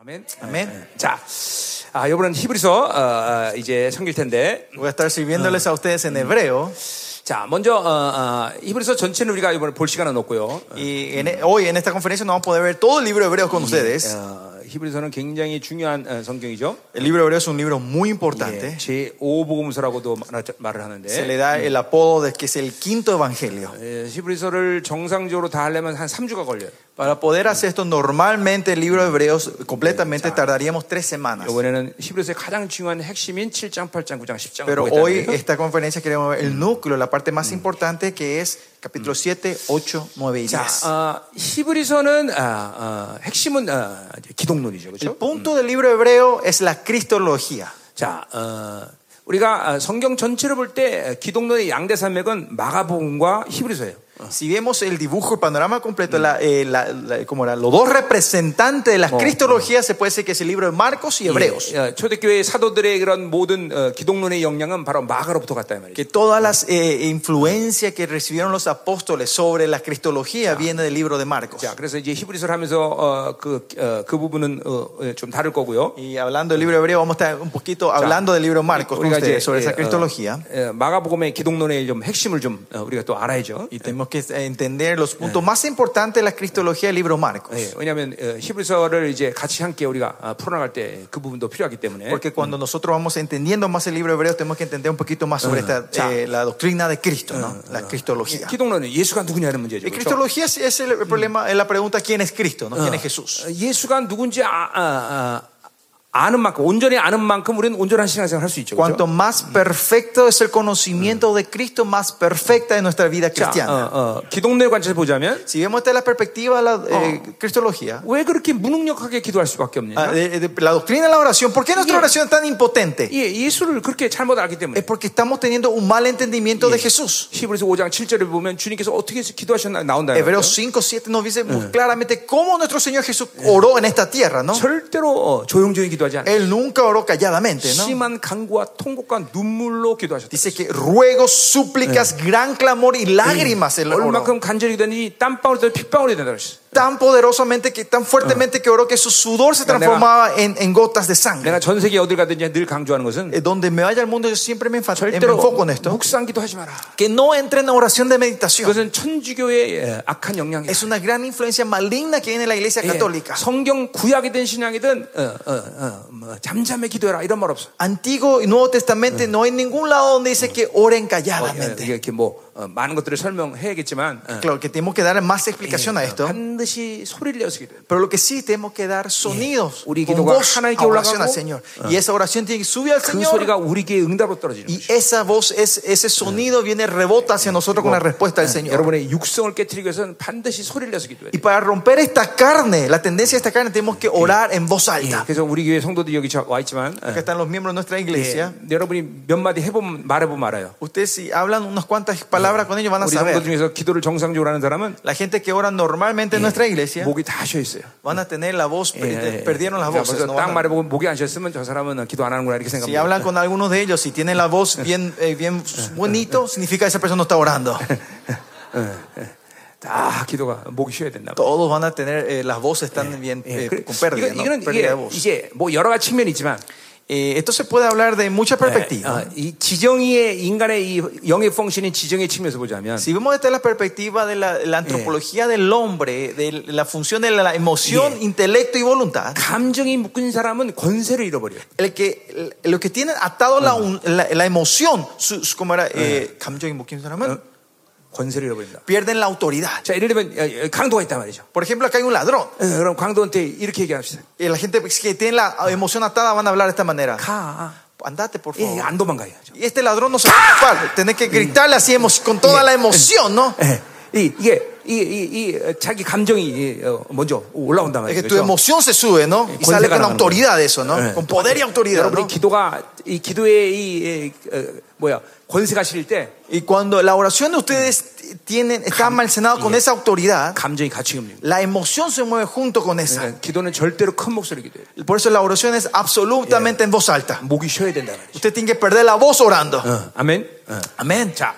아멘. 네, 아멘. 자, 아, 이번엔 히브리서 어, 어, 이제 섬길 텐데. Voy a estar sirviéndoles a ustedes en hebreo. 자, 먼저 어, 어, 히브리서 전체는 우리가 이번에 볼 시간은 없고요. Y en- e, hoy en esta conferencia no vamos a poder ver todo el libro hebreo con ustedes. 어, 히브리서는 굉장히 중요한 어, 성경이죠. El libro hebreo es un libro muy 예, importante. 제 5복음서라고도 말을 Se le 하는데 da el apodo de que es el quinto evangelio. 예, 히브리서를 정상적으로 다 하려면 한 3주가 걸려요. Para poder hacer esto, normalmente el libro hebreo completamente tardaríamos tres semanas. 이번에는 히브리서의 가장 중요한 핵심인 7장, 8장, 9장, 10장을 Pero 보겠다는 hoy 거예요. esta conferencia queremos ver el núcleo, la parte más importante que es capítulo 7, 8, 9 y 10. 자, 아, 히브리서는 아, 아, 핵심은 아, 이제 기독론이죠, El 그렇죠? punto del libro hebreo es la cristología. 자, 어, 우리가 아, 성경 전체를 볼 때 기독론의 양대 산맥은 마가복음과 히브리서예요. Si vemos el dibujo, el panorama completo, la, eh, la- la- como la- los dos representantes de las cristologías, se puede decir que es el libro de Marcos y eh, Hebreos. 예, 예, 초대교회 사도들의 그런 모든 어, 기독론의 영향은 바로 마가로부터 갔다 이 말이죠. Que todas las eh, influencias que recibieron los apóstoles sobre la cristología viene del libro de Marcos. 자, 그래서 이제 히브리서를 하면서 어, 그, 어, 그 부분은 어, 예, 좀 다를 거고요. Y hablando del libro hebreo, vamos a estar un poquito hablando del libro de Marcos con 우리가 이제 ustedes sobre 예, esa 어, cristología. 예, 마가복음의 기독론의 좀 핵심을 좀 어, 우리가 또 알아야죠. Y tenemos que eh, entender los puntos más importantes de la cristología del libro Marcos. 예, 왜냐하면 어, 히브리서를 이제 같이 함께 우리가 아, 풀어나갈 때 그 부분도 필요하기 때문에. Porque cuando nosotros vamos entendiendo más el libro hebreo, tenemos que entender un poquito más sobre esta, ya. eh, la doctrina de Cristo, ¿no? La cristología. 기독론은 예수가 누구냐는 문제죠. Y 그렇죠? cristología es- es el problema, es la pregunta quién es Cristo, ¿no? ¿Quién es Jesús? 어, 예수가 누군지 아, 아, 는 만큼 온전히 아는 만큼 우리는 온전한 신앙생활 할 수 있죠. 그렇죠? Cuanto más perfecto es el conocimiento de Cristo, más perfecta es nuestra vida 자, cristiana. 어, 어, 기독론의 관점에서 보자면 Si vemos desde la perspectiva de la eh, cristología, 왜 그렇게 무능력하게 기도할 수밖에 없냐? ah, de- de- la doctrina de la oración, ¿por qué nuestra Yeah. oración es tan impotente? 예, 예수를 그렇게 잘못 알기 때문에. Es porque estamos teniendo un mal entendimiento de Jesús. 히브리서 5장 7절을 보면 주님께서 어떻게 해서 기도하셨나 나온다. Hebreos 5, 7 nos dice muy claramente cómo nuestro Señor Jesús oró en esta tierra, ¿no? 절대로 어, 조용조용히 기도하지 않아요. Él nunca oró calladamente, ¿no? 심한 간구와 통곡과 눈물로 기도하셨다. Dice que ruegos, súplicas, gran clamor y lágrimas él oró. 얼마큼 간절히 기도했는지 땀방울이 되든 핏방울이 된다 그랬어. Tan poderosamente, que, tan fuertemente que oró que su sudor se Mira, transformaba en, en gotas de sangre. 내가 전 세계 어딜 가든지 늘 강조하는 것은 Eh, Donde me vaya al mundo, yo siempre me enfa- me 절대로 enfoco en esto. 묵상 기도하지 마라. Que no entre en oración de meditación. 그것은 천주교의 예, 악한 영향이에요. Es una gran influencia maligna que viene en la iglesia 예, católica. 성경 구약이든 신약이든 어, 어, 어, 뭐, 잠잠히 기도해라 이런 말 없어. Antiguo y Nuevo Testamento no hay ningún lado donde dice que oren 예, calladamente. 이게 이렇게 뭐 어, 많은 것들을 설명해야겠지만 어, Claro que tenemos que dar más explicación a 예, esto. 반드시 소리를 내어서 기도해. Pero lo que sí tenemos que dar sonidos, 우리 con 기도가 voz, 하나님께 a oración 올라가고, al Señor. Y esa oración tiene Ah. que subir al 그 Señor. 소리가 우리에게 응답으로 떨어지는. 거예요. Y esa voz, es, ese sonido viene, rebota hacia nosotros con la respuesta del Señor. 여러분의 육성을 깨뜨리기 위해서는 반드시 소리를 내서 기도해야 Y 돼요. para romper esta carne, la tendencia de esta carne, tenemos que orar en voz alta. 그래서 우리 교회 성도들이 여기 와 있지만 어, Acá están los miembros de nuestra 예, iglesia. 여러분이 몇 마디 해보면 말해보면 알아요. Ustedes si hablan unas cuantas palabras con ellos van a 우리 성도 saber. 중에서 기도를 정상적으로 하는 사람은 La gente que ora normalmente en nuestra iglesia 목이 다 쉬어 있어요. van a tener la voz, 예, 예, 예. per- perdieron las 그러니까 voces. 벌써 no 딱 van a- 말해보고 목이 안 쉬었으면 저 사람은 기도 안 하는구나 이렇게 Si 생각합니다. hablan con algunos de ellos, si tienen la voz bien, eh, bien bonito, significa que esa persona no está orando. 다 아, 기도가 목이 쉬어야 된다. Todos van a tener eh, las voces tan bien eh, 예, 그래, con 이거, pérdida, ¿no? 이거는 Pérdida de 이게, voz. 이제 뭐 여러 가지 측면이 있지만 Eh, esto se puede hablar de muchas perspectivas. 어, 이 지정의의 인간의 이 영의 펑션인 지정의 측면에서 보자면 Si vemos desde la perspectiva de la, la antropología del hombre, de la función de la emoción, intelecto y voluntad, 감정이 묶인 사람은 권세를 잃어버려. 요 el que, el- lo que tienen atado la, un- la, la emoción, su- su- ¿cómo era? Eh, 감정이 묶인 사람은 권세를 잃어버린다. pierden la autoridad. 자, 예를 들면 어, 어, 강도가 있단 말이죠. Por ejemplo, acá hay un ladrón. 어, 그럼 강도한테 이렇게 얘기합시다. Eh, La gente que tiene la emoción atada van a hablar de esta manera. 가. Andate, por 예, favor. 안 도망가요. Y este ladrón no se va a escapar. Tenés que gritarle así emo- con toda la emoción, ¿no? 예, 이- 이게 이, 이, 이, 어, 자기 감정이 이, 어, 먼저 올라온단 Es 말이죠. que tu 그렇죠? emoción Eh, se Eh. sube, ¿no? Y sale con 뭐 autoridad eso, ¿no? Con poder y autoridad. 여러분이 ¿no? 기도가 이 기도의 이, 이, 어, 뭐야 권세가 실릴 때 Y cuando la oración de ustedes tienen, está almacenada con esa autoridad, 감정이 같이 움직입니다. la emoción se mueve junto con esa. 그러니까 기도는 절대로 큰 목소리 기도예요. Por eso la oración es absolutamente en voz alta. 목이 쉬어야 된다 말이죠. Usted tiene que perder la voz orando. 어, 아멘. 어. Amén. 자,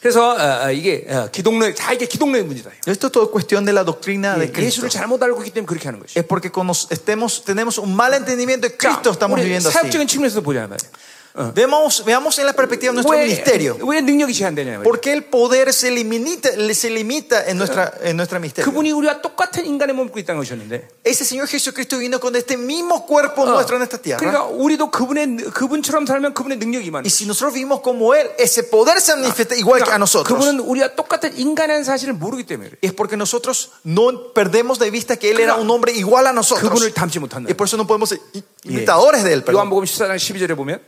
그래서 어, 어, 이게 어, 기독론 다 이게 기독론의 문제다. Esto es todo cuestión de la doctrina de Cristo. 예수를 잘못 알고 있기 때문에 그렇게 하는 것이. Es porque cono- estemos, tenemos un mal entendimiento de 자, Cristo, estamos 우리 viviendo así. 사역적인 측면에서 보자면 Vemos, veamos en la perspectiva de nuestro 왜, ministerio. 왜 능력이 제한되냐? ¿Por qué el poder se limita, se limita en, nuestra, en nuestra ministerio? 그분이 우리와 똑같은 인간의 몸을 입고 있다는 것이었는데. Ese Señor Jesucristo vino con este mismo cuerpo 어, nuestro en esta tierra. 그러니까 우리도 그분의 그분처럼 살면 그분의 능력이 많아. Y si nosotros vivimos como Él, ese poder se manifiesta igual que a nosotros. 그러니까 그분은 우리와 똑같은 인간이라는 사실을 모르기 때문에 그래. Es porque nosotros no perdemos de vista que Él era 그러니까 un hombre igual a nosotros. 그분을 닮지 못한다. Y por eso no podemos ser i- imitadores de Él. perdón. 요한복음 14장 12절에 보면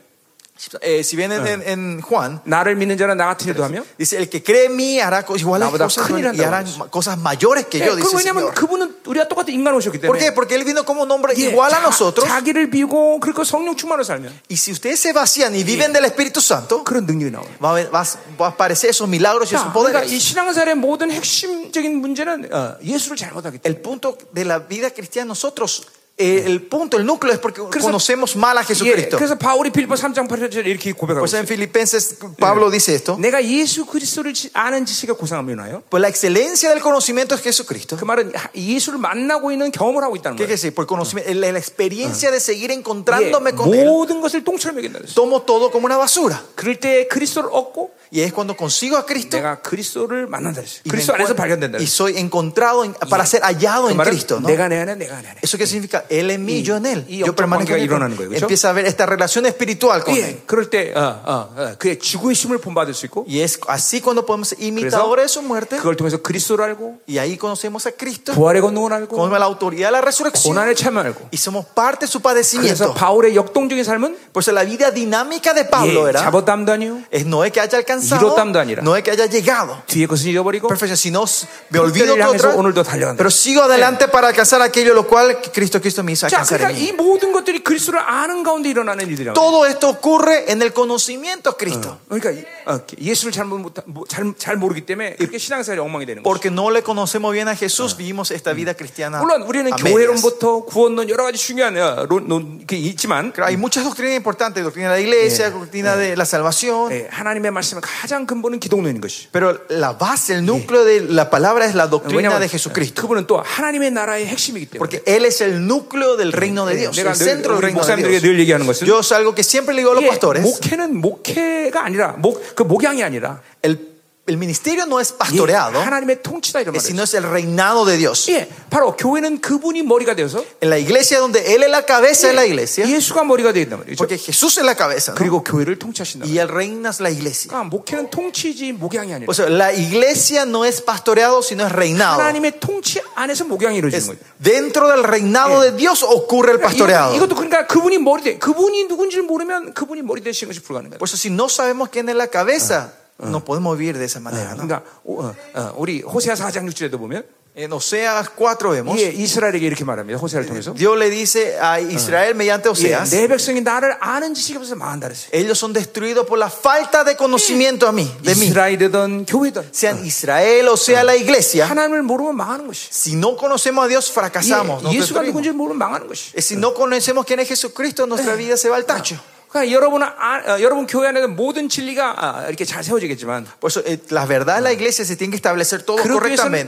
Eh, si vienen en, en Juan, 나를 믿는 자는 나 같은 일도 하며 dice: El que cree en mí hará co- igual 나보다 cosas 큰 mayores- 일한다고 y harán 그랬어. ma- cosas mayores que yo, 그 dice el 왜냐면 Señor. 그분은 우리와 똑같은 인간 오셨기 때문에 ¿Por qué? Porque Él vino como un hombre 예, igual a 자- nosotros. 자기를 비우고 그리고 성령 충만으로 살면 Y si ustedes se vacían y viven del Espíritu Santo, 그런 능력이 나와요. va a, ver- va a- va a aparecer esos milagros y 자, esos 그러니까 이 poderes. 신앙사의 모든 핵심적인 문제는 어, 예수를 잘못하기 때문에 El punto de la vida cristiana, nosotros, eh, el punto, el núcleo es porque 그래서- conocemos mal a 예, Jesucristo. 그래서 바울이 빌보 3장 8절에 이렇게 고백하고 Por eso 있어요. en Filipenses Pablo dice esto. 내가 예수 그리스도를 지- 아는 지식에 고상함이 나요. Pues la excelencia del conocimiento es Jesucristo. 그 말은 하- 예su를 만나고 있는 경험을 하고 있다는 ¿Qué quiere 거예요. decir? Por conocimiento, la, la experiencia de seguir 예, encontrándome con Él. 모든 것을 똥처럼 여긴다는 거예요. Tomo todo como una basura. 그럴 때 그리스도를 얻고 Y es cuando consigo a Cristo. 내가 그리스도를 만난다 그랬어요. y, me 그리스도 안에서 encuentro- 발견된다. y 그랬어요. soy encontrado en- para ser hallado 그 en 말은 Cristo. ¿no? 내가 내 안에 내가 내 안에. ¿Eso qué significa? Él en mí, yo en Él. y Yo 영적 permanezco 관계가 en él. 일어나는 거예요, 그렇죠? Empieza a ver esta relación espiritual con 예, Él. 그럴 때 어, 어, 어, 그의 죽음의 힘을 본받을 수 있고 Y es así cuando podemos ser imitadores de su muerte. 그걸 통해서 그리스도를 알고 Y ahí conocemos a Cristo. 부활의 권능을 알고 Con la autoridad de la resurrección. 고난의 참을 알고 Y somos parte de su 그래서 padecimiento. 바울의 역동적인 삶은 Por eso la vida dinámica de Pablo 예, era. 잡어담도 아니요 Es no es que haya alcanzado, 이뤘담도 아니라. no es que haya llegado. 뒤에 것을 잃어버리고 Perfección, si no me olvido 그때를 todo 향해서 atrás, 오늘도 달려간다. pero sigo adelante para alcanzar aquello lo cual Cristo Cristo me hizo 자, alcanzar. 그러니까 en mí. 이 모든 것들이 그리스도를 아는 가운데 일어나는 일이라고. Todo esto ocurre en el conocimiento a Cristo, 그러니까 이- 어, 예수를 잘못 못하- 뭐, 잘, 잘 모르기 때문에 그렇게 신앙생활이 엉망이 되는 거죠. porque no le conocemos bien a Jesús, vivimos esta vida cristiana. 물론 우리는 a medias. 교회론부터 구원론 여러 가지 중요한 어, 론, 론, 게 있지만 Claro, Hay muchas doctrinas importantes, doctrina de la iglesia, doctrina de la salvación, 예, 하나님의 말씀의 가장 근본은 기독론인 것이. pero la base, el núcleo de la palabra es la doctrina 어, 왜냐하면 de Jesucristo, 그분은 또 하나님의 나라의 핵심이기 때문에. porque Él es el núcleo del reino de 예, Dios, 내가 el 늘, centro 우리 del reino 목사님들에게 de Dios. 늘 얘기하는 것은 Yo es algo que siempre le digo a los 이게 pastores. 예, 목회는 목회가 아니라 목, 그 목양이 아니라 El, el ministerio no es 예, pastoreado, 하나님의 통치다 이런 eh, 말이죠. sino es el reinado de Dios. 예, 바로 교회는 그분이 머리가 되어서 En la iglesia donde Él es la cabeza de la iglesia, 예수가 머리가 되겠단 말이죠. porque 예. Jesús es la cabeza, ¿no? 그리고 교회를 통치하신다. y Él reina es la iglesia. 그러니까 목회는 통치지 목양이 아니라 O sea, la iglesia no es pastoreado, sino es reinado. 하나님의 통치 안에서 목양이 이루어지는 아, Es 거죠. dentro del reinado de Dios ocurre Eh. el 그러니까 이것- pastoreado. 이것도 그러니까 그분이 머리 되, 그분이 누군지를 모르면 그분이 머리 되시는 것이 불가능해요. Por eso, si no sabemos quién es la cabeza, no podemos vivir de esa manera. ¿no? 그러니까 오- 어, 어, 우리 호세아 4장 6절에도 보면 En Oseas 4 vemos, 예, 이스라엘에게 이렇게 말합니다. 호세아를 통해서 Dios le dice a Israel mediante 예, Oseas, 내 백성이 나를 아는 지식이 없어서 망한다 그랬어요. ellos son destruidos por la falta de conocimiento a mí, de mí. 이스라엘이든 교회든 Sean Israel o sea la iglesia, 하나님을 모르면 망하는 것이. si no conocemos a Dios, fracasamos. 예, nos 예수가 destruimos. 누군지를 모르면 망하는 것이. Eh, Si no conocemos quién es Jesucristo, nuestra vida se va al tacho. 그러니까 여러분 아, 어, 여러분 교회 안에서 모든 진리가 아, 이렇게 잘 세워지겠지만 Por eso, eh, las verdades de la iglesia se tienen que establecer todo 그렇기 위해서는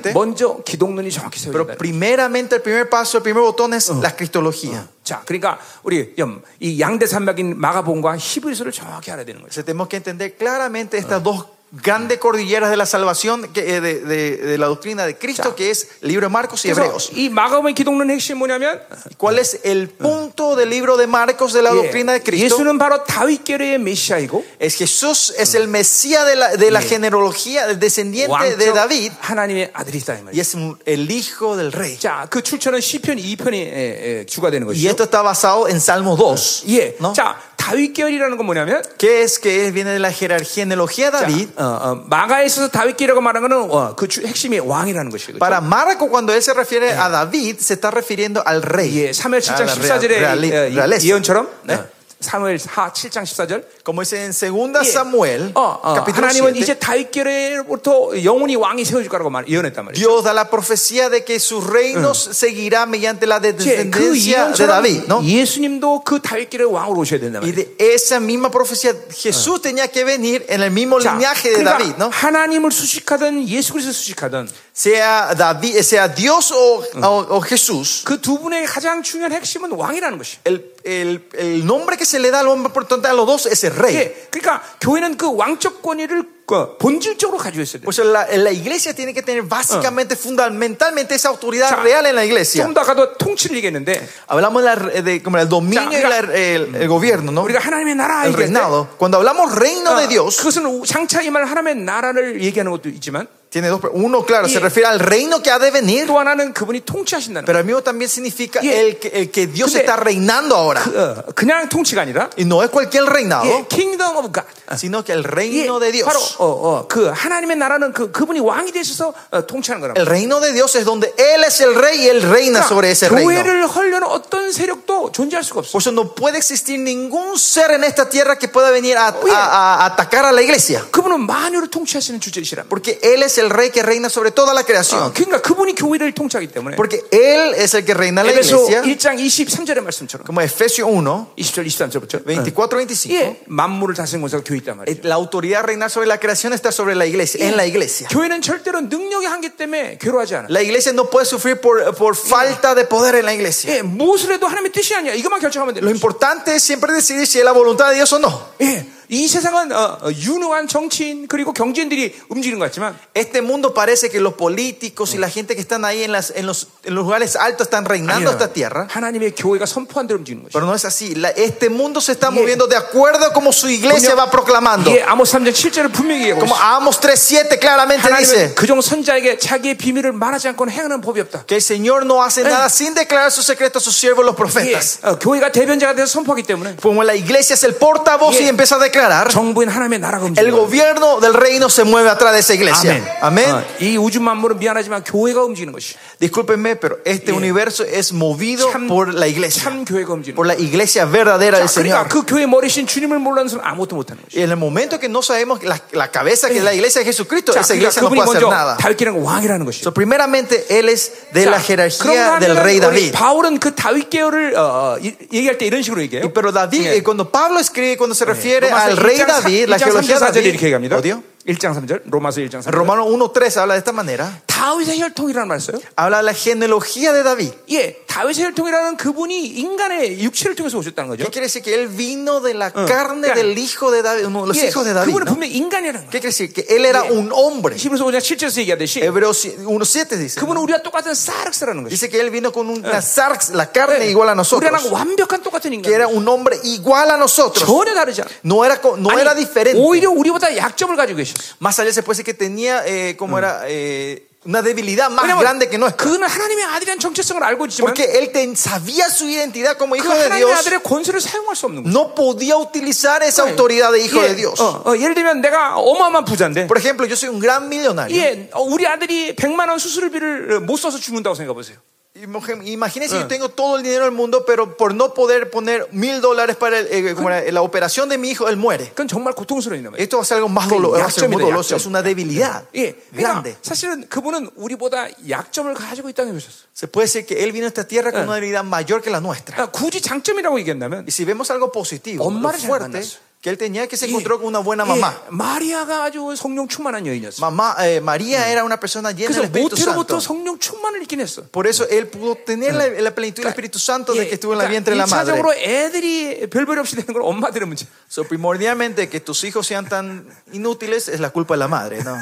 correctamente. 먼저 기독론이 정확히 세워야 Pero 된다. primeramente, el primer paso, el primer botón es la cristología. 자, 그러니까 우리 염, 이 양대 산맥인 마가복음과 히브리서를 정확히 알아야 되는 거죠. Entonces, tenemos que entender claramente estas dos grandes cordilleras de la salvación que, eh, de, de- de la doctrina de Cristo, que es el libro de Marcos y 그래서 Hebreos. 이 마가복음의 기독론의 핵심이 뭐냐면 ¿Cuál es el punto del libro de Marcos de la doctrina de 예, Cristo? 예수는 바로 다윗 계의 메시아이고 Es Jesús es el Mesías de la, de la genealogía, el descendiente de 왕적 David, 하나님의 아들이다 이 y 말이에요. es un- el hijo del rey. 자, 그 출처는 시편 2편이 에, 에, 주가 되는 Y 것이죠. esto está basado en Salmo 2. 예. ¿no? 자, 다윗 계열이라는 건 뭐냐면 ¿Qué es que viene de la jerar- genealogía de 자, David? 어, 어, 마가에 있어서 다윗 계라고 말하는 거는 어, 그 주- 핵심이 왕이라는 것이죠. Para Marco, cuando él se refiere a David, se está refiriendo al rey. 예, 3회 7장 eh, A la real- reali- realeza. 14절의 어, 예언처럼 네. 어, 사무엘 하 7장 14절. Como dice en 2 Samuel, 어, 어, capítulo 하나님은 7, 이제 다윗결에부터 영원히 왕이 세워줄 거라고 말 예언했단 말이에요. Dios da la profecía de que su reino seguirá mediante la 이제 그 descendencia de 예언처럼 David, ¿no? 예수님도 그 다윗결의 왕으로 오셔야 된단 Y 말이에요. de esa misma profecía, Jesús tenía que venir en el mismo 자, linaje de 그러니까 David, ¿no? 하나님을 수식하든 예수 그리스도 수식하든 Sea, David, eh, sea Dios o, o- o Jesús. 그 두 분의 가장 중요한 핵심은 왕이라는 것이. El, el- el nombre que se le da al hombre, por tanto, a los dos es el rey. 예, 그러니까 교회는 그 왕적 권위를 어, 본질적으로 가지고 있어야 돼. Por eso la, la iglesia tiene que tener básicamente, fundamentalmente, esa autoridad 자, real en la iglesia. 조금 더 아까도 통치를 얘기했는데 Hablamos la- de, como el dominio 자, y la- 그러니까- el, el gobierno, ¿no? 우리가 하나님의 나라 El 얘기했는데 reinado. Cuando hablamos reino de Dios, 그것은 장차 임할 하나님의 나라를 얘기하는 것도 있지만 tiene dos. Uno, claro, se Yeah. refiere al reino que ha de venir. 또 하나는 그분이 통치하신다는 Pero al mismo también significa Yeah. el, que, el que Dios Pero- está reinando ahora. 거예요. 어, 그냥 통치가 아니라 Y no es cualquier reinado, 예, Kingdom of God. sino que el 예, reino de 바로 Dios. 어, 어, 그 하나님의 나라는 그 그분이 왕이 되셔서 어, 통치하는 거라고. 그러니까 El reino de Dios es donde Él es el rey y Él reina sobre ese reino. 교회를 헐려는 어떤 세력도 존재할 수가 없어. Por eso no puede existir ningún ser en esta tierra que pueda venir a, yeah. a- a atacar a la iglesia. 그분은 만유를 통치하시는 주제시란 말이에요. Porque Él es el rey que reina sobre toda la creación. 그러니까 그분이 교회를 통치하기 때문에 Porque Él es Ah. el que reina en la 에베소 iglesia. 1장 23절의 말씀처럼 Como Efesios 1, 20절 23절부터 어. 24-25. 예, 만물을 다스리는 권세가 교회 있단 말이에요. Eh, La autoridad reinar sobre la creación está sobre la iglesia, en la iglesia. 교회는 절대로 능력의 한계 때문에 괴로워하지 않아. La iglesia no puede sufrir por, por falta de poder en la iglesia. 예, 무엇을 해도 하나님의 뜻이 아니야. 이것만 결정하면 돼. Lo importante es siempre decidir si es la voluntad de Dios o no. 예, 이 세상은 어, 어, 유능한 정치인 그리고 경제인들이 움직이는 것 같지만 Este mundo parece que los políticos y la gente que están ahí en, las, en, los, en los lugares altos están reinando 아니에요. esta tierra. 예, 하나님의 교회가 선포한 대로 움직이는 것이. Pero no es así. La- este mundo se está Yeah. moviendo de acuerdo a como su 그 iglesia va proclamando. 예, 아모스 3장 7절을 분명히 얘기하고 Como 있어요. Amos 3.7 claramente 뭐 하나님은 dice 그종 선자에게 자기의 비밀을 말하지 않고는 행하는 법이 없다. que el Señor no hace Yeah. nada sin declarar su secreto a sus siervos los 예, profetas. 어, 교회가 대변자가 돼서 선포하기 때문에 Como la iglesia es el portavoz Yeah. y empieza a declarar, 정부인 하나님의 나라가 el 움직이는 거예요. gobierno del reino se mueve atrás de esa iglesia. Amén. 어, 이 우주 만물은 미안하지만 교회가 움직이는 것이. Discúlpenme, pero este Yeah. universo es movido 참- por la iglesia. 참 교회가 움직이는 Por la iglesia verdadera del 자, 그러니까 Señor. 그 교회 머리신 주님을 몰라는 사람 아무것도 못하는 거죠. Y en el momento que no sabemos la, la cabeza que es la iglesia de Jesucristo, 자, esa 그러니까 iglesia no 그분이 puede hacer 먼저 nada. 다윗계랑 왕이라는 것이죠. So, primeramente, él es de la jerarquía del rey 그런가 David. 하면 바울은 그 다윗 계열을 어, 어, 이- 얘기할 때 이런 식으로 Y 얘기해요. pero David, 예. eh, cuando Pablo escribe, cuando se refiere 로마서 al rey 1장 사- David, la 1장 3절 geología de 4절 이렇게 David, 얘기합니다. ¿Odio? 1장 3절, 로마서 1장 3절. Romano 1.3 habla de esta manera, 다윗의 혈통이라는 말 써요. habla de la genealogía de David. 예, 다윗의 혈통이라는 그분이 인간의 육체를 통해서 오셨다는 ¿Qué 거죠. quiere decir? Que él vino de la carne Claro. del hijo de David, uno de los 예, hijos de David. 그분은 ¿no? 분명히 인간이라는 거예요. ¿Qué quiere decir? Que él era Yeah. un hombre. 히브리서 5장 7절에서 얘기하듯이 Hebreos 1.7 dice. ¿no? 그분은 우리와 똑같은 사륵스라는 것이죠. Dice que él vino con una sarx, la Eh, carne igual a nosotros. 우리랑 완벽한 똑같은 que era 인간. un hombre igual a nosotros. 전혀 다르지 않아. No era, co- no 아니, era diferente. 오히려 우리보다 약점을 가지고 계셨어. Más allá se puede decir que tenía eh, como era eh, una debilidad más 왜냐면 grande que nuestra. 그는 하나님의 아들이라는 정체성을 알고 있지만 Porque él ten- sabía su identidad como 그 hijo de 하나님의 Dios. 아들의 권세를 사용할 수 없는 거예요. No podía utilizar esa autoridad de hijo de Dios. 어, 어, 예를 들면 내가 어마어마한 부자인데 Por ejemplo, yo soy un gran millonario. 예, 어, 우리 아들이 100만 원 수술비를 어, 못 써서 죽는다고 생각해 보세요. Imo- Imagínense, yo tengo todo el dinero del mundo, pero por no poder poner mil dólares para el- eh, como era, la operación de mi hijo, él muere. 그건 정말 고통스러운 일이란 말이에요. Esto va a ser algo más doloroso, va a ser muy 약점이다, doloroso. 약점. Es una debilidad 예, 그러니까 grande. 사실은 그분은 우리보다 약점을 가지고 있다는 것이었어요. Se puede decir que él vino a esta tierra con una debilidad mayor que la nuestra. 그러니까 굳이 장점이라고 얘기한다면 Y si vemos algo positivo, 엄마를 lo 잘 fuerte, 만났어. que él tenía que se 예, encontró con una buena 예, mamá. 마리아가 아주 성령 충만한 여인이었어요. Mamá, eh, María era una persona llena 그래서 del Espíritu 모태로부터 Santo. 성령 충만을 입긴 했어. Por eso él pudo tener la, la plenitud del Espíritu Santo de que estuvo en la vientre de la madre. 일차적으로 예. 그러니까 애들이 별별 없이 되는 건 엄마들의 문제. So, primordialmente que tus hijos sean tan inútiles es la culpa de la madre, ¿no?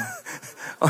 어,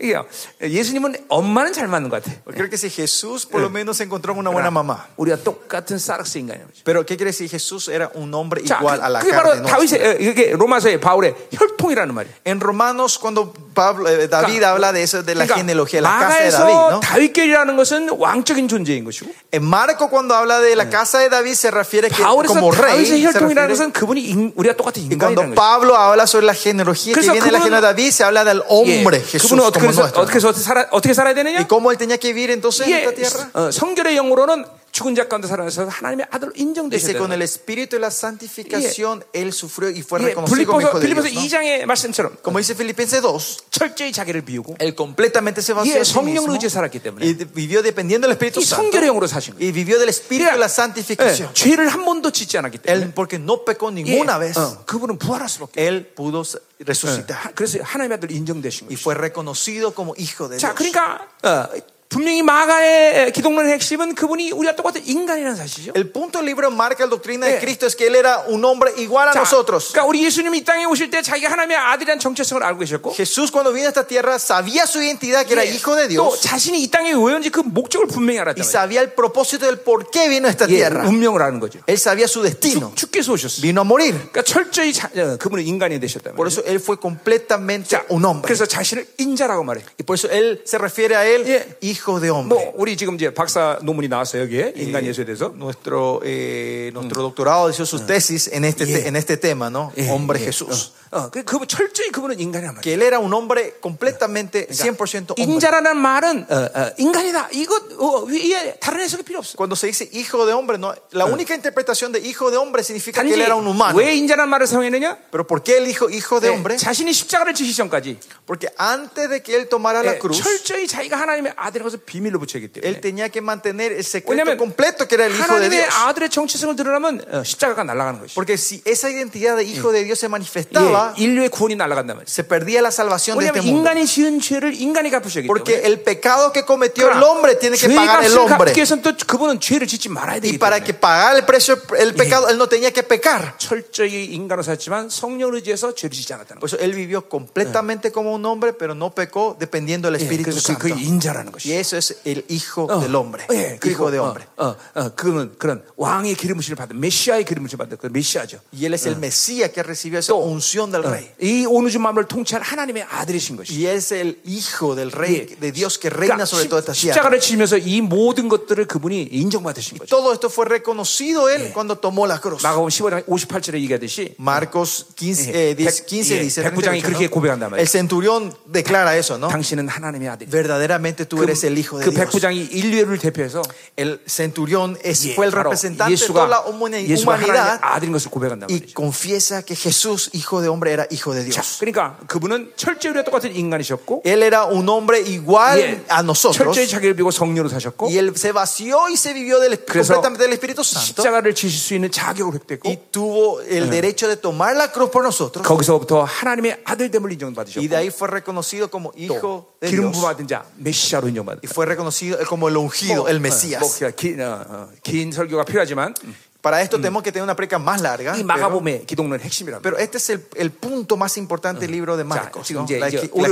이게 예수님은 엄마는 잘 맞는 것 같아. Creo que si Jesús por lo menos se encontró con una buena mamá. 우리가 똑같은 사락스 인간이야. Pero ¿qué quiere decir? Jesús era un hombre 자, igual a la 그, 게 바로 carne. nuestra. 다윗의 어, 이게 로마서의 바울의 혈통이라는 말이야. En Romanos, cuando Pablo, eh, David habla de eso, de la genealogía, la casa de David, 마가에서 ¿no? 그러니까 다윗계라는 것은 왕적인 존재인 것이고 En Marco cuando habla de la casa de David se refiere que 바울에서 como rey. 다윗의 se 혈통이라는 refiere- 것은 그분이 인- 우리가 똑같은 y cuando 인간이라는 거죠. Pablo habla sobre la genealogía que 그래서 viene de la 그분은- genealogía de David, se habla del 예, hombre Jesús 그분은 어떻게 como 해서 nuestro. 어떻게 해서 살아 어떻게 살아야 되느냐? ¿Y cómo él tenía que vivir entonces en 이게 esta tierra? 어, 성결의 영으로는 죽은 자 가운데 살아나서 하나님의 아들로 인정되셔야 Dice, 돼요. con el espíritu de la santificación, él sufrió y fue 예, 이게 reconocido como hijo 빌립보서 de Dios. 빌립보서 ¿no? 2장의 말씀처럼 Como dice Filipenses 2, 철저히 자기를 비우고 él completamente se vació 예, de sí 성령을 mismo 의지해 살았기 때문에. y de- vivió dependiendo del Espíritu 이 Santo 성결의 영으로 사신 거예요. y vivió del espíritu de la santificación. 예, 죄를 한 번도 짓지 않았기 때문에 Él, porque no pecó 예, ninguna vez, 어, 그분은 부활할 수밖에 él pudo 없어요. resucitar 하- 그래서 하나님의 아들 인정되신 y 거예요. fue reconocido como hijo de 자, Dios. 그러니까 어, 분명히 마가의 기독론의 핵심은 그분이 우리와 똑같은 인간이라는 사실이죠. El punto del libro marca la doctrina Eh. de Cristo es que él era un hombre igual a 자, nosotros. 그러니까 우리 예수님이 이 땅에 오실 때 자기가 하나님의 아들이라는 정체성을 알고 계셨고 Jesús cuando vino a esta tierra sabía su identidad que era 예, hijo de 또 Dios 자신이 이 땅에 왜 온지 그 목적을 분명히 y 알았다. sabía el propósito del por qué vino a esta 예, tierra. 운명을 아는 거죠. Él sabía su destino. 주께서 오셨어요. Vino a morir. 그러니까 철저히 자- 어, 그분은 인간이 되셨다. Por eso él fue completamente 자, un hombre. 그래서 자신을 인자라고 말해. Y por eso él se refiere a él Yeah. hijo de hombre. 뭐 우리 지금 이제 박사 논문이 나왔어요 여기에 인간 예수에 대해서. Nuestro, eh, nuestro doctorado hizo sus tesis en este, te- Yeah. en este tema, ¿no? 예, Hombre 예, Jesús. 어, 예. 어, 그, 그 철저히 그분은 인간이란 말이야. Que él era un hombre completamente 100% 예. hombre. 인자라는 말은 어, 어, 인간이다. 이것 어, 위에 다른 해석이 필요 없어. Cuando se dice hijo de hombre, no, la única interpretación de hijo de hombre significa que 단지 él era un humano. 왜 인자라는 말을 사용했느냐? Pero ¿por qué él dijo hijo de 예, hombre? 자신이 십자가를 지기 전까지 Porque antes de que él tomara 예, la cruz, 철저히 자기가 하나님의 아들인 것을 비밀로 붙이기 때문에 él tenía que mantener el secreto 왜냐하면 completo que era el hijo de 하나님의 Dios. 아들의 정체성을 드러나면 어, 십자가가 날아가는 것이죠. Porque si esa identidad de hijo de Dios se manifestaba, 예, 인류의 구원이 날아간단 말이죠. se perdía la salvación de este 왜냐하면 mundo. 인간이 지은 죄를 인간이 갚으셔야 되기 때문에 Porque el pecado que cometió el hombre tiene que 죄의 pagar el 값을 hombre. 갚기 위해서는 또 그분은 죄를 짓지 말아야 Y 되기 para que 때문에 pagar el precio, el pecado, él no tenía que pecar. 철저히 인간으로 살지만 성령을 의지해서 죄를 짓지 않았다는 거예요. Por eso él vivió completamente como un hombre, pero no pecó dependiendo del 예, Espíritu 그래서 그, Santo. 그 인자라는 것이. Y Ah. eso es el hijo del hombre. 예, 그리고 hijo de hombre. 어, 어, 어, 그는 그런 왕의 기름부심을 받은 메시아의 기름부심을 받은 그 메시아죠. 어, Y él es el Mesías que recibió esa unción del rey. 이 온우주 마음을 통치할 하나님의 아들이신 것이. Y es el hijo del rey, de Dios que 그러니까 reina sobre 십- toda esta tierra. 십자가를 치면서 이 모든 것들을 그분이 인정받으신 거죠. Todo esto fue reconocido él cuando tomó la cruz. 마가복음 15장 58절에 얘기하듯이 Marcos 15, 예, eh, 10, 백- 15 예, dice, 백부장이 38, 그렇게 ¿no? 고백한단 말이에요. El centurión declara eso, ¿no? 당신은 하나님의 아들이다. Verdaderamente tú eres el hijo 어? 그, 그 de Dios. 백부장이 인류를 대표해서 El centurión es- 예, fue el 바로 representante de toda la 예수가 humani- 예수가 하나님의 humanidad 아들인 것을 고백한단 y 말이죠. confiesa que Jesús, hijo de hombre, era hijo de 자, 예, Dios. 그러니까 그분은 철저히 우리와 똑같은 인간이셨고 Él era un hombre igual 예, a nosotros 철저히 자기를 비고 성령으로 사셨고 y él se vació y se vivió del, 그래서 completamente del Espíritu Santo 십자가를 지실 수 있는 자격을 y 획득했고 tuvo el derecho de tomar la cruz por nosotros 거기서부터 하나님의 아들됨을 y 인정받으셨고 de ahí fue reconocido como hijo 또 de 기름 Dios 부받은 자 메시아로 인정받은 y fue reconocido eh, como el 뭐, ungido, 어, el Mesías. 긴, 어, 어, 긴 설교가 필요하지만 아, Para esto tenemos que tener una preca Mm. más larga. 이 Pero, 마가복음의 기독론 핵심이라면 pero este es el, el punto más importante del libro de Marcos, 지금 ¿no? 이제, la, 이제 la 오늘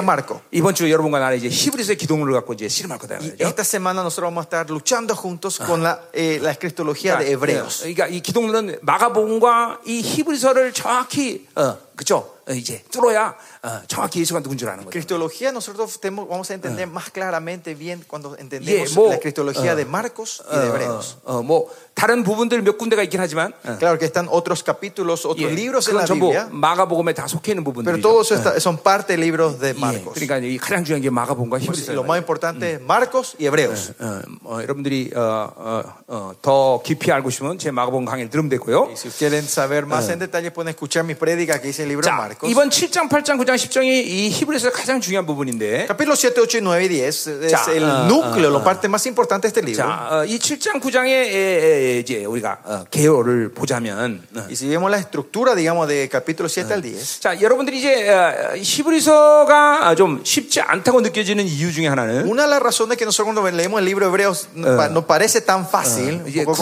이제 de Marco. 이번 주 여러분과 나는 이제 히브리서의 기독론을 갖고 이제 실험할 거다 Y 말이죠. esta semana nosotros vamos a estar luchando juntos con la, eh, la cristología de Hebreos. 그러니까 이 기독론은 마가복음과 이 히브리서를 정확히 어, 그죠? 어, 이제 뚫어야 어, 정확히 예수가 누군 줄 아는 거죠. Cristología nosotros tenemos- vamos a entender más claramente bien cuando entendemos Yeah, 뭐, la cristología de Marcos y de Hebreos. 어, 어, 뭐 다른 부분들 몇 군데가 있긴 하지만 어, Claro que están otros capítulos, 예, otros libros en 그건 la 전부 Biblia, 마가복음에 다 속해 있는 pero 부분들이죠. todos esta- son parte de libros 예, de Marcos. 그러니까 이 가장 중요한 게 마가복음과 히브리서. Lo más importante es Marcos y Hebreos. 어, 어, 여러분들이 어, 어, 어, 더 깊이 알고 싶으면 제 마가복음 강의를 들으면 되고요. Y si quieren saber más Ah. en detalle, pueden escuchar mis prédicas que hice en el libro de 자, Marcos. 이번 7장, 8장, 9장, 10장이 이 히브리서 가장 중요한 부분인데. Capítulos 7, 8, 9 y 10 es Ya, el ah, núcleo, la parte más importante de este libro. 자, 어, 이 7장, 9장의 이제 우리가 어, 개요를 보자면 어, Y si vemos la estructura, digamos, de capítulo Ah. 7 al 10, 자, 여러분들이 이제 어, 히브리서가 좀 쉽지 않다고 느껴지는 이유 중에 하나는 una de las razones que nosotros cuando leemos el libro de Hebreos Ah. no pa- no parece tan fácil, un 이제 poco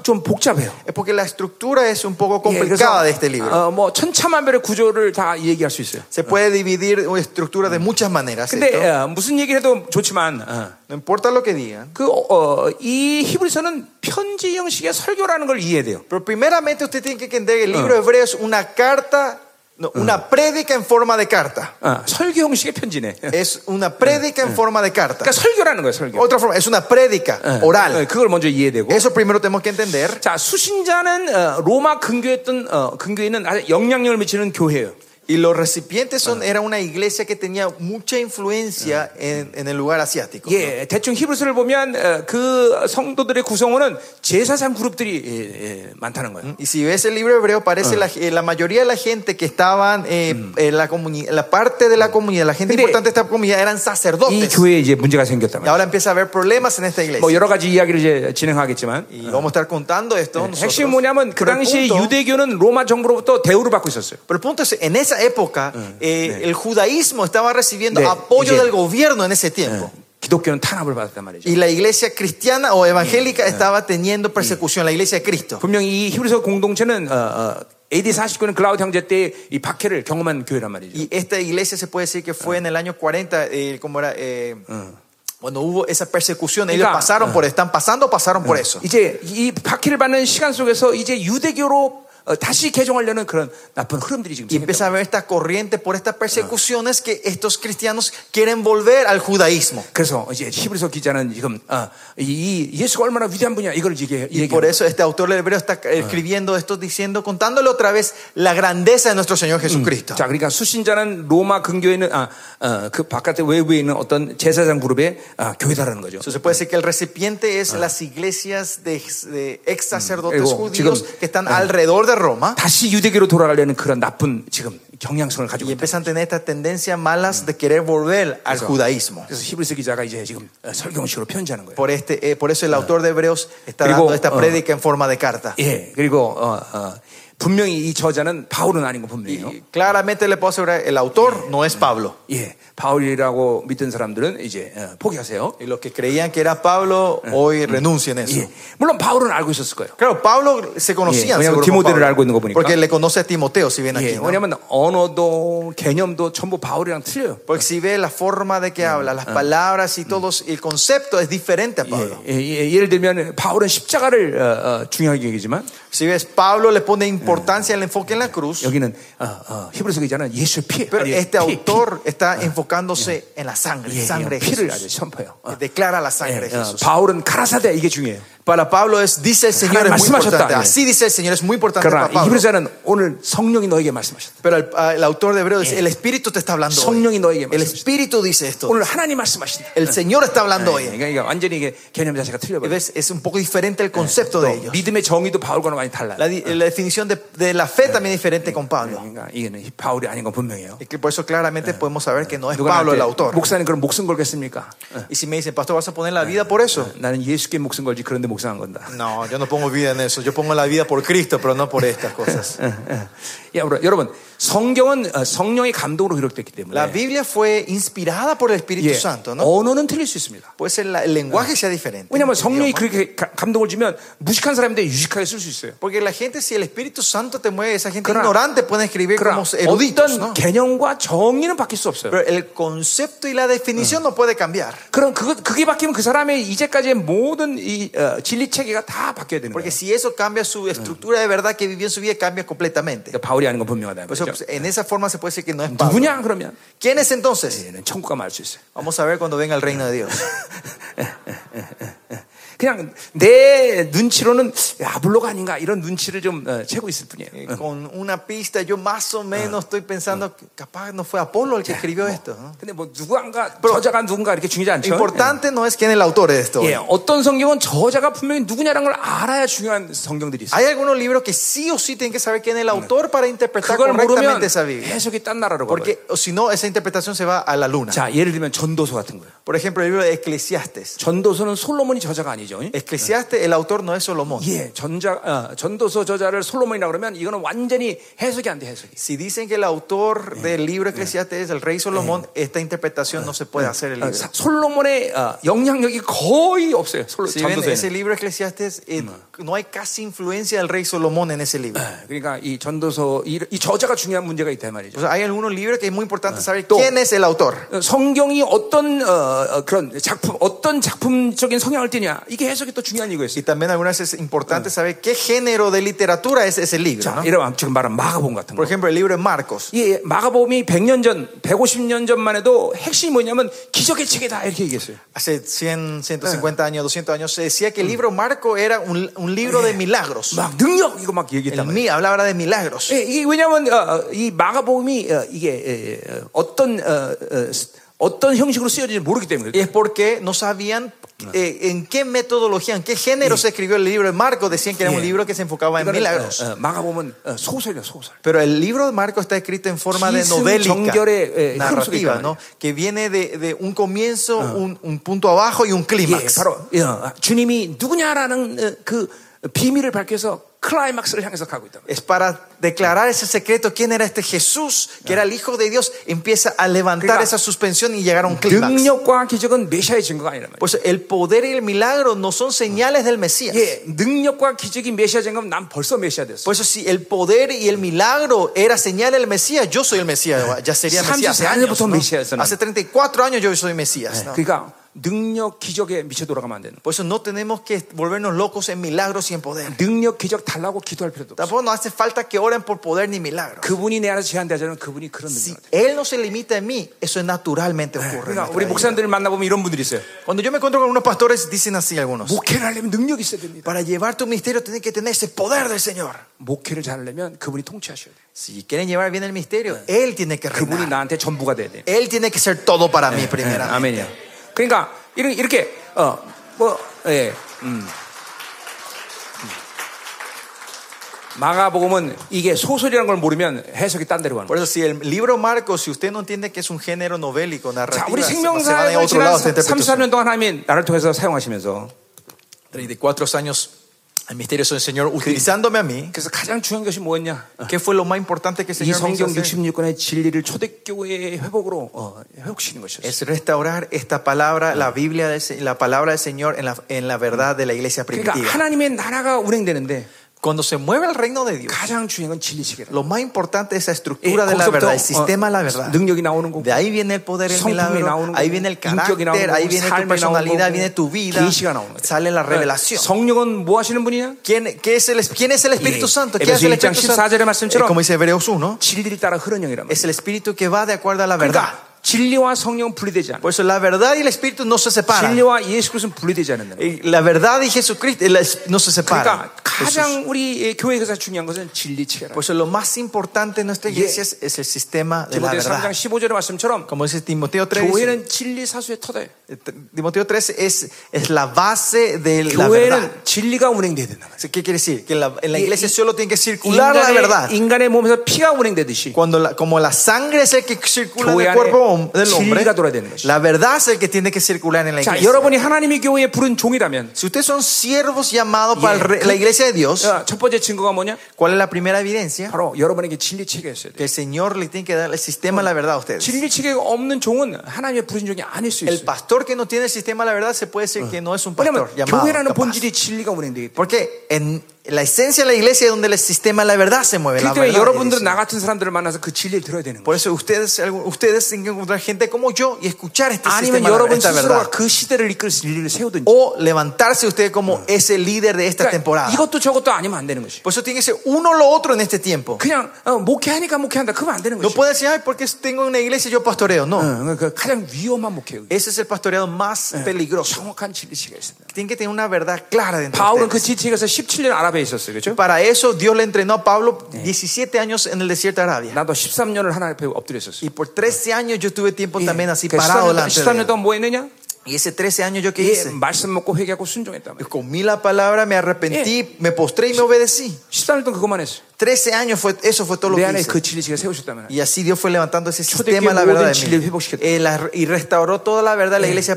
구조가 좀 복잡해요. es porque la estructura es un poco 예, 그래서 complicada de este libro. 어, 뭐 천차만별의 구조를 다 얘기할 수 있어요. Se puede dividir una estructura de muchas maneras. 근데 ¿cierto? 어, 무슨 얘기를 해도 좋지만 어, No importa lo que digan. 그, 어, 이 히브리서는 편지 형식의 설교라는 걸 이해해야 돼요. Pero primeramente usted tiene que entender que Ah. el libro de Hebreos es una carta, no, una prédica en forma de carta. 어, 설교 형식의 편지네. 그러니까 Es una prédica en forma de carta. 설교라는 거예요, 설교. Otra forma, es una prédica 어, oral. 그걸 먼저 이해되고. Eso primero tenemos que entender. 자, 수신자는 어, 로마 근교했던 어, 근교에 있는 아주 영향력을 미치는 교회예요. Y los recipientes son, era una iglesia que tenía mucha influencia en, en el lugar asiático. 예, 대충 히브리서를 보면 어, 그 성도들의 구성원은 제사장 그룹들이 예, 예, 많다는 거예요. Y si ves el libro hebreo, parece la, eh, la mayoría de la gente que estaban eh, en la, comuni- la parte de la comunidad, la gente Pero- importante de esta comunidad eran 이 sacerdotes. 교회에 이제 문제가 Y 생겼다면 ahora empieza a haber problemas en esta 뭐 iglesia. 여러 가지 이야기를 이제 진행하겠지만 Y vamos a estar contando esto. Eh, nosotros. 핵심은 뭐냐면 그 Pero el 당시에 punto- 유대교는 로마 정부로부터 대우를 받고 있었어요. Pero el punto es, en esa época, eh, el judaísmo estaba recibiendo 네, apoyo 이제- del gobierno en ese tiempo. Ah. 기독교는 탄압을 받았단 말이죠. Y la iglesia cristiana o evangélica estaba teniendo persecución, la iglesia de Cristo. 분명히 이 히브리서 공동체는 어, 어, AD 49년 글라우드 형제 때 이 박해를 경험한 교회란 말이죠. Y esta iglesia se puede decir que fue en el año 40, eh, como era, eh, cuando hubo esa persecución, ellos Mira. pasaron por, están pasando, pasaron por eso. 이제 이 박해를 받는 시간 속에서 이제 유대교로 어, 다시 개종하려는 그런 나쁜 흐름들이 지금 Y empieza a 생겼다. ver esta corriente por estas persecuciones que estos cristianos quieren volver al judaísmo. 그래서 이제 히브리서 기자는 지금 어, 이, 이 예수가 얼마나 위대한 분이야 이걸 얘기해. Y por eso este autor del hebreo Ah. está escribiendo esto, diciendo, contándole otra vez la grandeza de nuestro Mm, Señor Jesucristo. 자, 그러니까 수신자는 로마 근교에 있는 아, 어, 그 바깥에 외부에 있는 어떤 제사장 그룹의 아, 교회다라는 거죠. Entonces se puede decir que el recipiente es las iglesias de, de ex Ah. sacerdotes Mm. Luego, judíos 지금, que están alrededor de Roma. 다시 유대교로 돌아가려는 그런 나쁜 지금 경향성을 y 가지고 있다. empiezan a tener estas tendencias malas de querer volver al judaísmo. 그래서 히브리서 기자가 이제 지금 어, 설교식으로 편지하는 거예요. Por, este, eh, por eso el autor de Hebreos está Digo, dando esta ah. prédica en forma de carta. 예, 그리고 어, 어, 분명히 이 저자는 바울은 아닌 거 분명해요. Y claramente le puedo asegurar, el autor no es Pablo. 예, 바울이라고 믿던 사람들은 이제 어, 포기하세요. Y los que creían que era Pablo, Ah. hoy renuncian a eso. 예, 물론 바울은 알고 있었을 거예요. Claro, Pablo se conocía. Yeah, 왜냐면 디모데를 알고 있는 거 보니까. porque le conoce a Timoteo, si ven 예, aquí. ¿no? 왜냐하면 언어도 개념도 전부 바울이랑 틀려요. Porque si ve la forma de que habla, las palabras y todo, el concepto es diferente a Pablo. 예, 예, 예를 들면 바울은 십자가를 어, 어, 중요하게 얘기지만 Si ves, Pablo le pone importancia al enfoque en la cruz, 여기는 어, 어, 히브리서 기자는 예수의 피, pero 아니, este 피, autor está enfocándose en la 피. sangre, 예, sangre 예, de Jesús. 피를 아주 선포해요. 어, que declara la 예, sangre de 어, Jesús. 바울은 카라사대 이게 중요해요. Para Pablo es, dice el Señor, Hagan es muy 말씀하셨다. importante. 예. Así dice el Señor, es muy importante para 그러나 이 Pablo. 히브리서는 오늘 성령이 너에게 말씀하셨다. Pero el, ah, el autor de Hebreo dice, el Espíritu te está hablando 성령이 hoy. 너에게 El 말씀하셨다. Espíritu dice esto. 오늘 하나님 말씀하신다. El Señor está hablando hoy. 예, 그러니까 이게 완전히 이게 개념 자체가 틀려버려. ¿Ves? Es un poco diferente el concepto de ellos. 믿음의 정의도 바울과는 많이 달라요. La, di- la definición de, de la fe también es diferente con Pablo. 그러니까 이거는 바울이 아닌 건 분명해요. Y que por eso claramente podemos saber que no es 누가 Pablo el 나한테 autor. 목사님 그럼 목숨 걸겠습니까? 어, Y si me dicen, pastor, ¿vas a poner la vida por eso? 나는 예수께 목숨 걸지 그런데 목숨 안 건다. No, yo no pongo vida en eso. Yo pongo la vida por Cristo, pero no por estas cosas. 예, 여러분, 여러분 성경은 어, 성령의 감동으로 기록됐기 La 때문에 Biblia fue inspirada por el 예, Espíritu Santo, ¿no? 언어는 틀릴 수 있습니다. Pues el, el lenguaje sea diferente. 왜냐하면 성령이 Idioma. 그렇게 가- 감동을 주면 무식한 사람인데 유식하게 쓸 수 있어요. Porque la gente, si el Espíritu Santo te mueve, esa gente Claro. ignorante puede escribir 그러나 como eruditos. 어떤 ¿no? 개념과 정의는 바뀔 수 없어요. Pero el concepto y la definición no puede cambiar. 그럼 그거, 그게 바뀌면 그 사람의 이제까지의 모든 이, 어, 진리 체계가 다 바뀌어야 되는 거예요. Porque si eso cambia su estructura de verdad que vivió en su vida, cambia completamente. 그러니까 바울이 아닌 건 분명하다. Por eso, pues, 그렇죠? en esa forma se puede decir que no es Pablo. 누구냐 그러면 ¿Quién es entonces? 얘는 천국 가면 알 수 있어요. Vamos a ver cuando venga el reino de Dios. 그냥 내 눈치로는 아블로가 아닌가 이런 눈치를 좀 어, 채고 있을 뿐이에요. Eh, Con una pista, yo más o menos estoy pensando, capaz no fue Apolo el que escribió esto. Ah. ¿no? 근데 뭐 누구한가 저자가 누군가 이렇게 중요하지 않죠. Importante no es quién es el autor de esto. 예, 예, 어떤 성경은 저자가 분명히 누구냐라는 걸 알아야 중요한 성경들이 있어요. Hay algunos libros que sí o sí tienen que saber quién es el autor para interpretar 그걸 모르면 correctamente esa Biblia. 해석이 딴 나라로 가요. Porque o si no, esa interpretación se va a la luna. 자, 예를 들면 전도서 같은 거예요. Por ejemplo, el libro de Eclesiastes. 전도서는 솔로몬이 저자가 아니죠. Eclesiastes, el autor no es Solomón. 예, 전자 어, 전도서 저자를 솔로몬이라고 그러면 이거는 완전히 해석이 안 돼 해석이. Si dicen que el autor del libro Eclesiastes es el rey Solomón, esta interpretación no se puede hacer el 어, libro. 사- 솔로몬의 어, 영향력이 거의 없어요. 솔로, Si ven ese 전도서에는. 예, libro Eclesiastes, eh, no hay casi influencia del rey Solomón en ese Ah. libro. 그러니까 이 전도서 이, 이 저자가 중요한 문제가 있다 이 O 말이죠. sea, hay algunos libros que es muy importante saber Todo. quién es el autor. 어, 성경이 어떤 어, 어, 그런 작품 어떤 작품적인 성향을 띠냐 이게 해석이 또 중요한 이유였어요. Y también algunas veces es importante saber qué género de literatura es ese libro. 자, ¿no? 이런 지금 말한 마가복음 같은 Por 거. ejemplo, el libro de Marcos. 이 마가복음이 100년 전, 150년 전만 해도 핵심이 뭐냐면 기적의 책이다 이렇게 얘기했어요. Hace 100, 150 años, 200 años, se decía que el libro Marco era un, un libro de milagros. 막 능력 이거 막 El 얘기했단 말이에요. mi hablaba de milagros. 예, 이게 왜냐하면 어, 어, 이 마가복음이 어, 이게 예, 어, 어떤 어, 어, 떤 형식으로 쓰여질지 모르기 때문에 Y 그래요. es porque no sabían eh, en qué metodología, en qué género se escribió el libro de Marcos. Decían que era un Sí. libro que se enfocaba en 이거는, milagros. 어, 어, 마가복음은 어, 소설이야 소설. Pero el libro de Marcos está escrito en forma de Sí, sí, un novélica, 정결의, eh, Ah. narrativa, 흐름 속에 ¿no? que viene de, de un comienzo, un, un punto abajo y un 예, clímax. 바로 예, 어, 주님이 누구냐라는 어, 그 비밀을 밝혀서 클라이막스를 향해서 가고 있다. Es para declarar ese secreto, quién era este Jesús, que era el Hijo de Dios, empieza a levantar Claro. esa suspensión y llegar a un clímax. 능력과 기적은 메시아의 증거가 아니란 말이에요. Pues el poder y el milagro no son señales del Mesías. 예, 능력과 기적이 메시아 증거면 난 벌써 메시아 됐어. Por eso si el poder y el milagro era señal del Mesías, yo soy el Mesías, ya sería Mesías hace 34 años, años ¿no? Mesías, ¿no? Hace 34 años yo soy Mesías. ¿no? 그러니까 능력 기적에 미쳐 돌아가면 안 되는. Por eso no tenemos que volvernos locos en milagros y en poder. 거예요. 능력 기적 달라고 기도할 필요도 없어. Tampoco no hace falta que oren por poder ni milagro. 그분이 내 안에서 제한되자면 그분이 그런 능력. Si Él no se limita a mí, eso naturalmente ocurre. en 그러니까 nuestra 우리 vida. 목사님들 만나보면 이런 분들이 있어요. Cuando yo me encuentro con unos pastores, dicen así algunos. 목회를 하려면 능력이 있어야 됩니다. Para llevar tu ministerio tenés que tener ese poder del Señor. 목회를 잘하려면 그분이 통치하셔야 돼요. Si quieren llevar bien el ministerio, Él tiene que 그분이 네, reinar. 나한테 전부가 돼야 돼요. Él tiene que ser todo para mí primero. 아멘이요. 그러니까 이렇- 이렇게 어 뭐 예. 음. 마가복음은 이게 소설이라는 걸 모르면 해석이 딴 데로 가는 거예요. Por eso, si el libro Marcos, si usted no entiende que es un género novélico, 자, narrativo, 우리 네, 뭐 se van a ir a 생명사역을 otro 지난 lado. esta 34년 interpretación. 동안 하나님이 나를 통해서 사용하시면서 34 años al misterio del Señor, utilizándome a mí. 그래서 가장 중요한 것이 뭐였냐? ¿Qué fue lo más importante que el 이 Señor me hizo 성경 hacer? 66권의 진리를 초대교회의 회복으로 어, 회복시키는 것이었어요. Es restaurar esta palabra, la Biblia, del Se- la palabra del Señor en la, en la verdad de la iglesia 그러니까 primitiva. 하나님의 나라가 운행되는데 Cuando se mueve el reino de Dios, 가장 중요한 건 진리식이라. lo más importante es esa 예, estructura de la 거기서부터 verdad, el sistema de la 어, verdad. 능력이 나오는 거고 De ahí viene el poder, el 성품이 milagro, 나오는 ahí 거고, viene el 인격이 나오는 carácter, 거고, ahí viene tu 삶이 나오는 personalidad, 거고, viene tu vida, 계시가 나오는 거죠. sale la revelación. 성령은 뭐 하시는 분이냐? ¿Quién, qué es el, quién es el Espíritu 예. Santo? ¿Qué hace el Efesios Espíritu 1장 14 Santo? 절의 말씀처럼 Eh, como dice Hebreos 1, 진리를 따라 흐르는 영이란 말이에요. es el Espíritu que va de acuerdo a la verdad. 그러니까 진리와 성령은 분리되지 않아. Por eso la verdad y el Espíritu no se separan. 진리와 예수 그리스도는 분리되지 않는다. Eh, La verdad y Jesucristo eh, la- no se separan. 그러니까 Eso es- 가장 우리 교회에서 중요한 것은 진리체라. Por eso lo más importante en nuestra iglesia es, es el sistema de la 디모데 3장 verdad. 15절의 말씀처럼 Como dice Timoteo 3, 교회는 진리 사수의 터대. Timoteo 3 es, es la base de la verdad. 교회는 진리가 운행돼야 된다. O sea, ¿Qué quiere decir? Que la- en la Y- iglesia y- solo tiene que circular la verdad. 인간의, 인간의 몸에서 피가 운행되듯이 Cuando la- como la sangre es el que circula en 교회 el 안에 cuerpo hom- del hombre, 진리가 돌아야 되는 것이죠. la verdad es el que tiene que circular en la 자, iglesia. 여러분이 하나님의 교회에 부른 종이라면 Si ustedes son siervos llamados para el Yeah. re- la iglesia de Dios, 어, 첫 번째 증거가 뭐냐? ¿cuál es la primera evidencia? 바로 여러분에게 진리 체계였어야 돼. Que el Señor le tiene que dar el sistema de la verdad a ustedes. 진리 체계가 없는 종은 하나님의 부른 종이 아닐 수 El 있어요. pastor que no tiene el sistema de la verdad se puede decir que no es un pastor 왜냐하면 llamado. 교회라는 capaz. 본질이 진리가 운행되기 때문에. Porque en la esencia de la iglesia es donde el sistema de la verdad se mueve. la 그렇기 때문에 verdad de 여러분들은 la iglesia. 나 같은 사람들을 만나서 그 진리를 들어야 되는 거예요. Por eso ustedes, algu- ustedes tienen que encontrar gente como yo y escuchar este 아니면 sistema de la- 여러분 esta 스스로가 verdad. 그 시대를 이끌 진리를 세우든지. O levantarse ustedes como ese líder de esta 그러니까 temporada. 이것도 저것도 아니면 안 되는 것이. Por eso tiene que ser uno o lo otro en este tiempo. 그냥 어, 목회하니까 목회한다. 그러면 안 되는 No 것이. puede decir, ay, porque tengo una iglesia y yo pastoreo. No. 어, 그 가장 위험한 목회예요. Ese es el pastoreado más peligroso. 정확한 진리체가 있습니다. Tienen que tener una verdad clara dentro de 바울은 ustedes. 그 진리체에서 17년 아랍에 있었어요. 그렇죠? Para eso Dios le entrenó a Pablo 17 años en el desierto de Arabia. 나도 13년을 하나 앞에 엎드렸었어요. Y por 13 años yo tuve tiempo Eh, también así 그 parado 13년, delante de 13년 él. 동안 뭐 했느냐? Y ese 13 años yo qué 예, hice? pues, 말씀 먹고 회개하고 순종했단 말이에요. Comí la palabra, me arrepentí, me postré y me obedecí. 13년 동안 그거만 했어요. 13 años fue, eso fue todo lo 내 que 안에 hice. 그 진리체가 세우셨다면 Y así Dios fue levantando ese Yo te sistema de la quiero verdad volver, de Chile, Eh. mí. 회복 시켰다. Eh, la- y restauró toda la verdad de la iglesia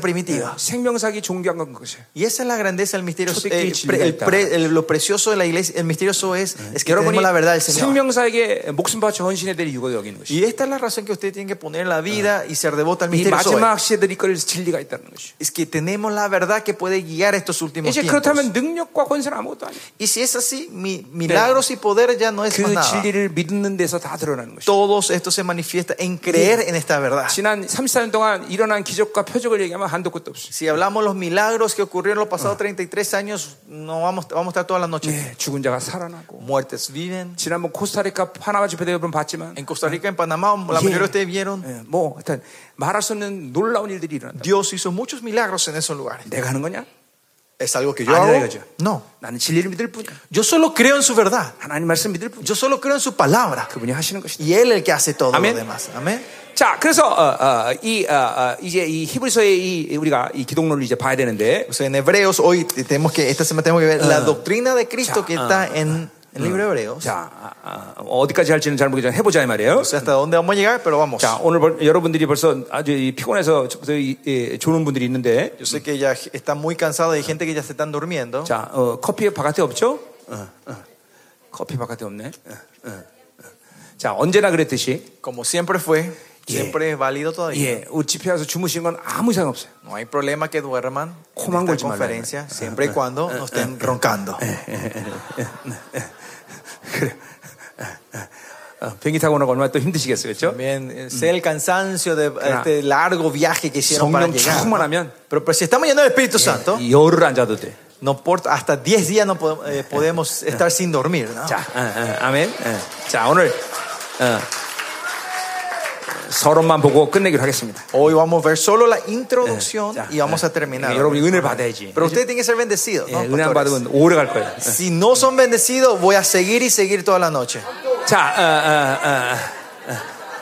예. primitiva. 생명사기 종교한 건 그것이에요. Y esa es la grandeza del misterio. Yo te eh, quiero, Chile, pre- Eh. el pre- el- lo precioso de la iglesia, el misterioso es, es que 여러분이 tenemos la verdad del Señor. 생명사에게 목숨 바쳐 헌신해 드릴 이유가 여기 있는 것이. Y esta es la razón que usted tiene que poner en la vida Eh. y ser devota al 이 misterioso. hoy. 마지막 시대들이 이끌 진리가 있다는 것이. Es que tenemos la verdad que puede 뭐 guiar estos últimos 이제 tiempos. 그렇다면 능력과 권세는 아무것도 아니에요. Y si es así, mi- milagros y poder ya ya no es más 그 nada. 진리를 믿는 데서 다 드러나는 것이죠. Todos esto se manifiesta en creer en esta verdad. 지난 34년 동안 일어난 기적과 표적을 얘기하면 한도 끝도 없어요. Si hablamos los milagros que ocurrieron los Ah. pasados 33 años, no vamos, vamos a estar toda la noche. 예, 죽은 자가 살아나고 Muertes viven. 지난번 코스타리카 파나마 집회 대여분 봤지만 En Costa Rica, en Panamá, la Sí. mayoría de ustedes vieron, 예, 뭐 하여튼 말할 수 없는 놀라운 일들이 일어난다. Dios hizo muchos milagros en esos lugares. 내가 하는 거냐? ¿Es algo que Ah, no, hago? digo yo. 어? No. 나는 진리를 믿을 뿐이야. Yo solo creo en su verdad. 하나님 말씀 믿을 뿐이야. Yo solo creo en su palabra. 그분이 하시는 것이다. Y Él el que hace todo Amén. lo demás. Amén. 자, 그래서 어, 어, 이 어, 어, 이제 이 히브리서의 이 우리가 이 기독론을 이제 봐야 되는데 O sea, en Hebreos, hoy tenemos que, esta semana tenemos que ver la doctrina de Cristo Ya, que está en el libro de Hebreos. 자 아, 아, 어디까지 할지는 잘 모르겠지만 해보자 이 말이에요. O sea, hasta dónde vamos a llegar, pero vamos. 자, 오늘 벌- 여러분들이 벌써 아주 이 피곤해서 저부터 이- 이 조는 분들이 있는데 Yo sé que ya está muy cansado de gente que ya se están durmiendo. 자, 어, 커피 바깥에 없죠? 어, 어. 커피 바깥에 없네. 어, 어, 어. 자, 언제나 그랬듯이 Como siempre fue, Yeah. siempre es válido todavía. 예, 우리 집에 와서 주무신 건 아무 이상 없어요. No hay problema que duerman en Coman esta golpe mal, conferencia, siempre ah, y cuando no estén roncando. eh. 그래. 어, 비행기 타고 오는 거 얼마나 또 힘드시겠어요, 그렇죠? También eh, sé el cansancio de Mm. Claro. este largo viaje que hicieron para Songyeong llegar. 충만하면- Pero, pero si estamos llenos del Eh, Espíritu Santo, 열을 안 자도 돼. no por, hasta 10 días no podemos, eh, podemos estar sin dormir. ¿no? 자, 어, 어, 아멘. 어. 자, 오늘 어, 서론만 보고 끝내기로 하겠습니다. Hoy vamos a ver solo la introducción Eh, Ya. eh, y vamos a 예, terminar. 여러분이 은혜를 받아야지. Pero ustedes tienen que ser bendecidos. 예, ¿no, 은혜 안 pastores? 받으면 오래 갈 거예요. Si no son bendecidos, voy a seguir y seguir toda la noche. 자, 어, 어, 어, 어,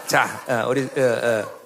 자, 어, 우리 어, 어.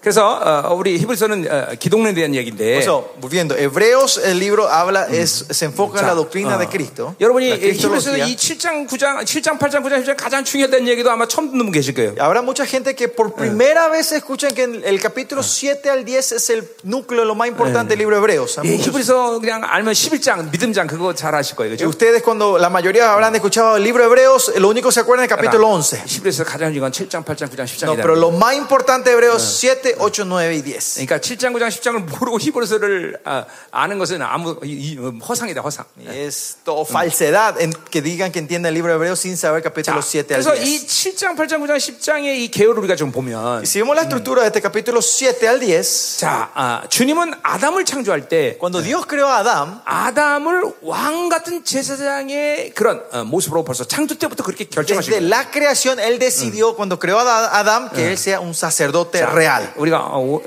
그래서 어, 우리 히브리서는 어, 기독론에 대한 얘기인데. So, volviendo, Hebreos, el libro habla, Mm. es, se enfoca en 자, la doctrina 어, de Cristo. 여러분이 la 히브리서 cristología. 이 7장 9장 7장 8장 9장 10장 가장 중요하다는 얘기도 아마 처음 듣는 분 계실 거예요. Habrá mucha gente que por primera vez escuchan que en el capítulo 7 al 10 es el núcleo, lo más importante del libro de Hebreos. ¿eh? 예, 히브리서 그냥 알면 11장 믿음장 그거 잘 아실 거예요. Y 그죠? Ustedes cuando la mayoría habrán escuchado el libro de Hebreos, eh, lo único que se acuerdan es el capítulo 11. 히브리서 가장 중요한 7장 8장 9장 No, 10장이다. pero lo más importante de Hebreos 7, 8, 9 y 10. 그러니까 7장 9장 10장을 모르고 히브리서를 아, 아는 것은 아무 이- 이- 음, 허상이다 허상. Es todo falsedad en que digan que entienden el libro de Hebreos sin saber 자, capítulo 7 al 그래서 10. 이 7장 8장 9장 10장의 이 계열을 우리가 좀 보면 Si vemos la estructura de este capítulo 7 al 10, 자, 아, 주님은 아담을 창조할 때 cuando Dios creó a Adán, 아담을 왕 같은 제사장의 그런 어, 모습으로 벌써 창조 때부터 그렇게 결정하신 desde 거예요. la creación, Él decidió cuando creó a Adán que Él sea un sacerdote real. 우리가 어, 오-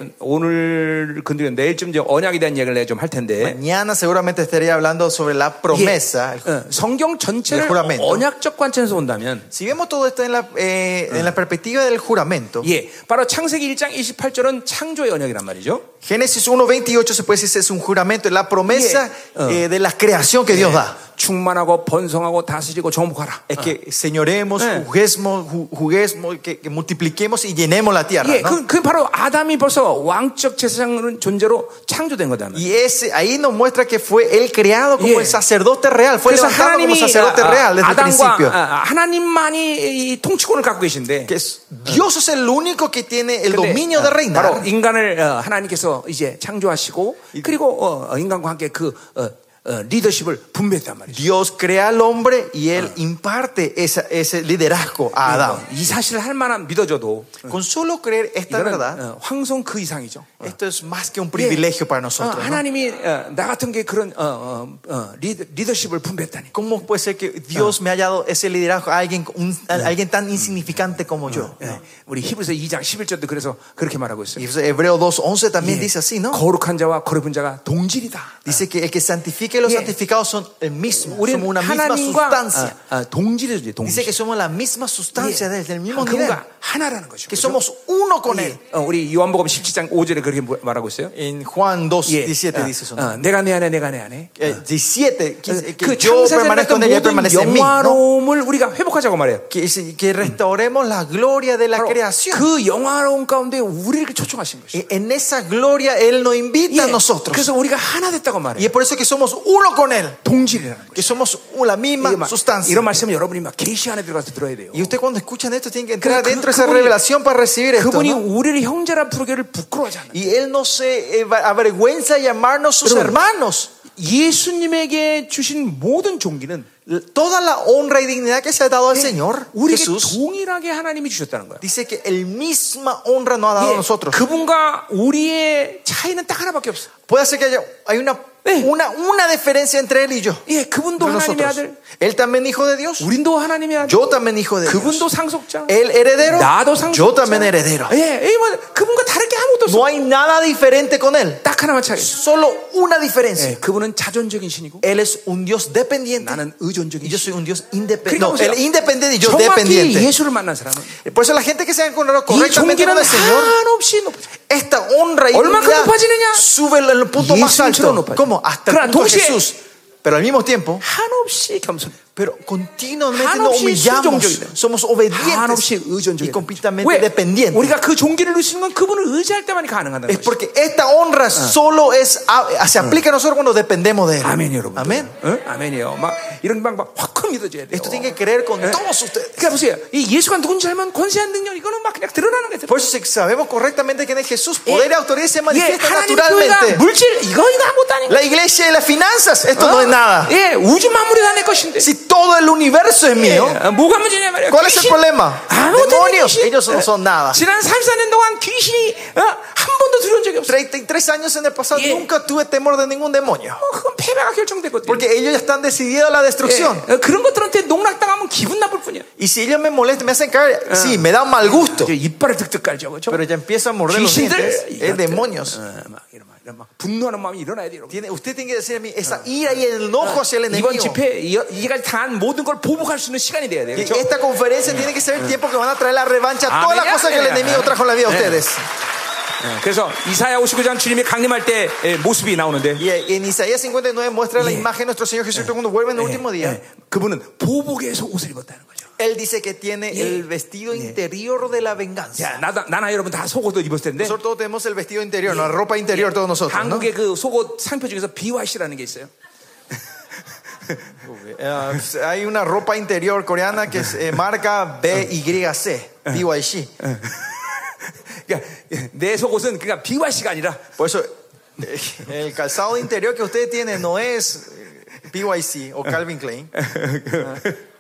오늘 근데 내일쯤 이제 언약에 대한 이야기를 내가 좀 할 텐데 Mañana seguramente estaría hablando sobre la 이게, promesa. el 어, 성경 전체를 El juramento. 언약적 관점에서 본다면 Si vemos todo esto en la, eh, en la perspectiva del juramento, 예, 바로 창세기 1장 28절은 창조의 언약이란 말이죠. Génesis 1.28 se puede decir es un juramento, es la promesa Yeah. eh, de la creación que Dios da. 충만하고 번성하고 다스리고 정복하라. Es que señoremos, Yeah. juguemos, ju- juguemos, que, que multipliquemos y llenemos la tierra. 예, ¿no? 그, 그 바로 아담이 벌써 왕적 제사장 존재로 창조된 거잖아요. Y ese, ahí nos muestra que fue él creado como Yeah. el sacerdote real, fue 그래서 levantado como 하나님이 sacerdote 아, real desde el 아담과 principio. 아, 하나님만이 이 통치권을 갖고 계신데 que es- Dios es el único que tiene el 근데, dominio de 어, 바로 reinar. 인간을 어, 하나님께서 이제 창조하시고 그리고 어, 어, 인간과 함께 그 어, 어, 리더십을 분배했단 말이죠. Dios crea al hombre y él imparte esa- ese liderazgo a Adán. 어, 이 사실을 할 만한 믿어줘도 Con solo creer esta 이거는 verdad, 어, 황송 그 이상이죠. esto es más que un 예. 그 privilegio para 어, nosotros. ¿no? 하나님이 어, 나 같은 게 그런 어, 어, 어, 리더, 리더십을 분배했다니. ¿Cómo puede ser que Dios me haya dado ese liderazgo a alguien, un- a alguien tan insignificante como yo? 예, 우리 히브리서 2장 11절도 그래서 그렇게 말하고 있어요. Y Hebreo 2.11 también 예, dice así, ¿no? 거룩한 자와 거룩한 자가 동질이다. Dice que el que santifica y los Yeah. santificados son el mismo, 우리는 somos una misma 하나님과 sustancia. 아, 아, 동질이죠, 동질. Dice que somos la misma sustancia 예. desde el mismo nivel, 그분과 하나라는 거죠. que 그죠? somos uno con él. 예. 어, 우리 요한복음 17장 5절에 그렇게 뭐- 말하고 있어요. En Juan 2.17 예. dice eso. 어, ¿no? 어, 내가 내 안에 내가 내 안에. Eh, 17, que, que 그 yo permanezco 창세전했던 en él y él 모든 permanece en mí. ¿no? 영화로움을 우리가 회복하자고 말해요. Que, dice que restauremos la gloria de la 바로 creación. 그 영화로움 가운데 우리를 이렇게 초청하신 것이죠. Y En esa gloria Él nos invita a 예. nosotros. 그래서 우리가 하나 됐다고 Y 말해요. es por eso que somos uno con Él. 동질이라는 거예요. Que somos la misma 이게 막- sustancia. 이런 말씀을 여러분이 막 계시 안에 들어가서 들어야 돼요. y usted cuando escuchan esto tiene que entrar 그- dentro de esa 그분이- revelación para recibir esto. 그분이 ¿no? 우리를 형제라 부르기를 부끄러워하지 않아요. Y Él no se eh, avergüenza de llamarnos sus Pero- hermanos. 예수님에게 주신 모든 종기는 toda la honra y dignidad que se ha dado al Señor 우리에게 Jesús 동일하게 하나님이 주셨다는 거예요. dice que el misma honra nos ha dado a 예, nosotros. 그분과 우리의 차이는 딱 하나밖에 없어. Puede ser que haya hay una, Eh. una, una diferencia entre él y yo. 예, 그분도 entre 하나님의 nosotros. 아들, Él también hijo de Dios. 우린도 하나님의 아들, Yo también hijo de Dios. 그분도 상속자, Él heredero. 나도 상속자. Yo también heredero. 예, 예, 뭐 그분과 다를 게 아무것도 없어. No hay nada diferente con él. 딱 하나만 차이. 있어. Solo una diferencia. 예, 그분은 자존적인 신이고 Él es un Dios dependiente. 나는 의존적인 Y yo 신. soy un Dios 그러니까 independiente. No, 보세요. él es independiente y yo 정확히 dependiente. 예수를 만난 사람은 Por eso Ah. la gente que se ha encontrado 이 correctamente con 종기는 el Señor, 한없이 높아. esta honra y 얼만큼 dignidad 높아지느냐? sube en el punto más 예수님처럼 alto. 높아져. ¿Cómo? Hasta el 그러나 punto de 동시에 Jesús. Pero al mismo tiempo, 한없이 겸손해. pero continuamente nos 한없이 humillamos. 순종적이다. Somos obedientes 한없이 의존적이 y completamente 왜 dependientes. 우리가 그 종기를 누리시는 건 그분을 의지할 때만이 가능하다는 Es 거죠. porque esta honra solo es, a- se aplica a nosotros cuando dependemos de Él. 아멘 여러분. Amén. 아멘이에요. 막 이런 방법 확확 믿어줘야 돼요. Esto tiene que creer con 예? todos ustedes. 그러니까 보세요. 이 예수가 누군지 알면 권세한 능력 이거는 막 그냥 드러나는 거예요. Por eso si sabemos correctamente quién es Jesús, Eh. poder y autoridad se 예, manifiesta 하나님 교회가 naturalmente. 물질 이거 이거 아무것도 아니고. La iglesia y las finanzas, esto Ah. no es nada. 예, 우주 만물이 다 내 것인데. Si todo el universo es 예, mío, 어, 뭐가 문제냐 말이야. ¿cuál es el 귀신. problema? 아무것도 아닌 Demonios, 귀신. ellos no son nada. 지난 34년 동안 귀신이 어, 한 번도 두려운 적이 없어. 33 años en el pasado Yeah. nunca tuve temor de ningún demonio. 어, 그건 패배가 결정됐거든. Porque ellos ya están decididos a la 예, destrucción. 어, 그런 것들한테 농락당하면 기분 나쁠 뿐이야. Y si ellos me molestan, me hacen caer, Ah. sí, me dan mal gusto. 이제 이빨을 득득 깔죠, 그렇죠? Pero ya empieza a morder los dientes. 귀신들, Es demonios. 어, 막 이런 막, 이런 막 분노하는 마음이 일어나야 돼요. 여러분. Tiene- usted tiene que decirme esa ira y el enojo hacia el 이번 enemigo. 집회 이- 이제까지 당한 모든 걸 보복할 수 있는 시간이 돼야 돼요. Y 그렇죠? esta conferencia tiene que ser el tiempo que van a traer la revancha a todas Amén, las cosas que el amén, enemigo amén. trajo en la vida de Amén. ustedes. 그래서 이사야 59장 주님이 강림할 때 예, 모습이 나오는데 Y eh, en Isaías 59 muestra la imagen de nuestro Señor Jesucristo cuando vuelve en el último 예, día. 예, 그분은 보복에서 옷을 입었다는 거죠. Él dice que tiene el vestido interior de la venganza. 야, 나다, 나나 여러분 다 속옷을 입었을 텐데 예, Nosotros todos tenemos el vestido interior, la ropa interior todos nosotros. ¿no? 한국의 그 속옷 상표 중에서 BYC라는 게 있어요. Eh, hay una ropa interior coreana que es eh, marca BYC, BYC. 그러니까 예, 내 속옷은 그러니까 BYC가 아니라 Por eso, eh, el calzado interior que usted tiene no es eh, BYC o Calvin Klein. 아.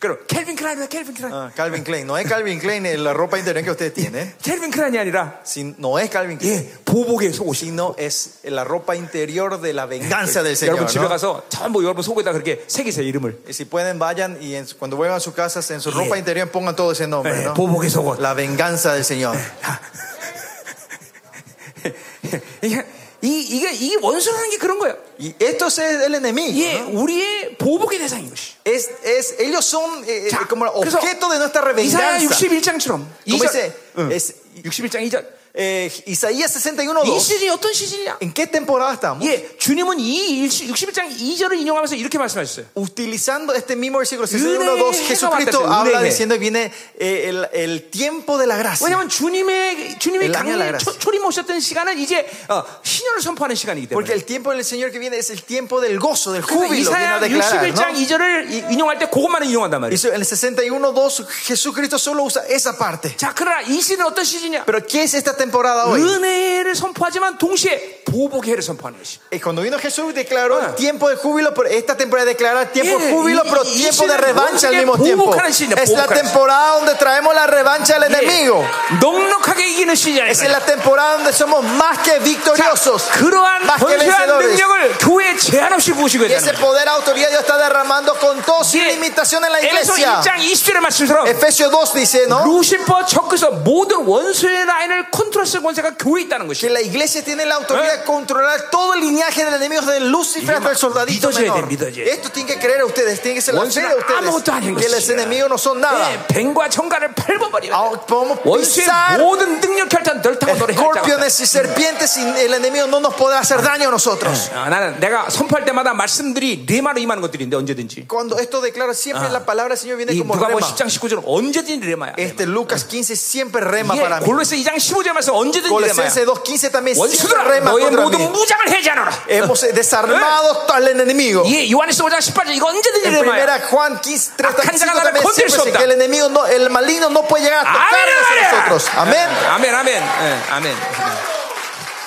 그럼 켈빈 클라인이다 켈빈 클라인. Ah, Calvin Klein, no es Calvin Klein eh, la ropa interior que usted tiene. 켈빈 클라인이 아니라 Si no es Calvin Klein, 예, 보복의 속옷이. sino es eh, la ropa interior de la venganza del 여러분 Señor. 집에 ¿no? 가서 전부 여러분 속에다 그렇게 새기세요 이름을. Y si pueden, vayan y en su- cuando vuelvan a sus casas, en su Yeah. ropa interior pongan todo ese nombre. Eh, ¿no? 보복의 속옷. La venganza del Señor. 이게 이- 이게 이게 원수라는 게 그런 거예요. Y esto es el enemigo. 이게 ¿no? 우리의 보복의 대상인 것이. Es, es, ellos son eh, eh, 자, como objeto de nuestra 이사야 revenganza. 61장처럼 Como dice 2절, es, 61장 2절. eh, Isaías 이 61.2. 시즌이 예. 어떤 시즌이냐? ¿En qué temporada estamos? 예, 주님은 이 61장 2절을 인용하면서 이렇게 말씀하셨어요. Utilizando este mismo versículo 은혜의 61.2, 해가 Jesucristo 왔다, habla 은혜의 해. diciendo viene eh, el, el tiempo de la gracia. 왜냐하면 주님의 주님이 El año de la 강림 gracia. 초림 오셨던 시간은 이제 어, 신년을 선포하는 시간이기 Porque 때문에. el tiempo del Señor que viene es el tiempo del gozo, del 그래서 júbilo. Viene 이사야 a declarar, 61장 ¿no? 2절을 인용할 때 그것만을 인용한단 Y 말이에요. eso, En el 61.2, Jesucristo solo usa esa parte. 자, 그러나 이 시즌은 어떤 시즌이냐? Pero ¿qué es esta temporada hoy? 은혜를 선포하지만 동시에 보복의 해를 선포하는 것이. Eh, Cuando vino Jesús declaró Ah. el tiempo de júbilo, pero esta temporada declara el tiempo de Yeah, júbilo, y- pero y- y tiempo China, de revancha al China, mismo tiempo. provocar a China, Es la provocar a China. temporada donde traemos la revancha al enemigo. 예, 넉넉하게 이기는 시즌이에요. Es en la temporada donde somos más que victoriosos, 그러한 más que 권세한 vencedores. 능력을 교회에 제한 없이 부으시고 Y ese 있다는 거예요. poder, autoridad, Dios está derramando con todo sin Yeah. limitación en la 예, 에베소 iglesia. 1장 20절의 말씀처럼 Efesios 2 dice, ¿no? 루시퍼 적그서 모든 원수의 라인을 컨트롤할 권세가 교회에 있다는 Que 것이. la iglesia tiene la autoridad Eh. de controlar todo el linaje del enemigo, desde Lucifer hasta el soldadito 믿어져야 돼, menor. 믿어져야 돼. Esto tiene que creer a ustedes, tiene que ser la fe de 원수는 아무것도 ustedes. 아닌 Que los 것이야. enemigos no son nada. 예, 뱀과 정갈을 밟아버리면 Ah, podemos 원수의 pisar 모든 능력 결단 널타고 노래할 자가 escorpiones y serpientes y el enemigo no nos podrá hacer daño a nosotros. 없다. 아, 나는 내가 선포할 때마다 말씀들이 레마로 임하는 것들인데 언제든지 Cuando esto declara siempre la palabra del Señor viene 이 como 누가복음 rema. 10장 19절은 언제든지 레마야. Este Lucas 15 siempre rema 이게 para mí. 예, 골로새 2장 15절 말씀 언제든지 레마야. Colosenses 2.15 también siempre 원수들아 rema 너의 contra 모든 mí. 무장을 해제하노라. Hemos eh, desarmado al enemigo. 예, 요한일서 5장 18절 이거 언제든지 En 레마야. primera Juan 15, 3, 악한 자가 나를 también 건들 siempre 수 dice 없다. que el enemigo, no, el maligno no puede llegar a 아멘, tocarnos a 아멘. nosotros. Amén. 예, 아멘, 아멘, 예, 아멘.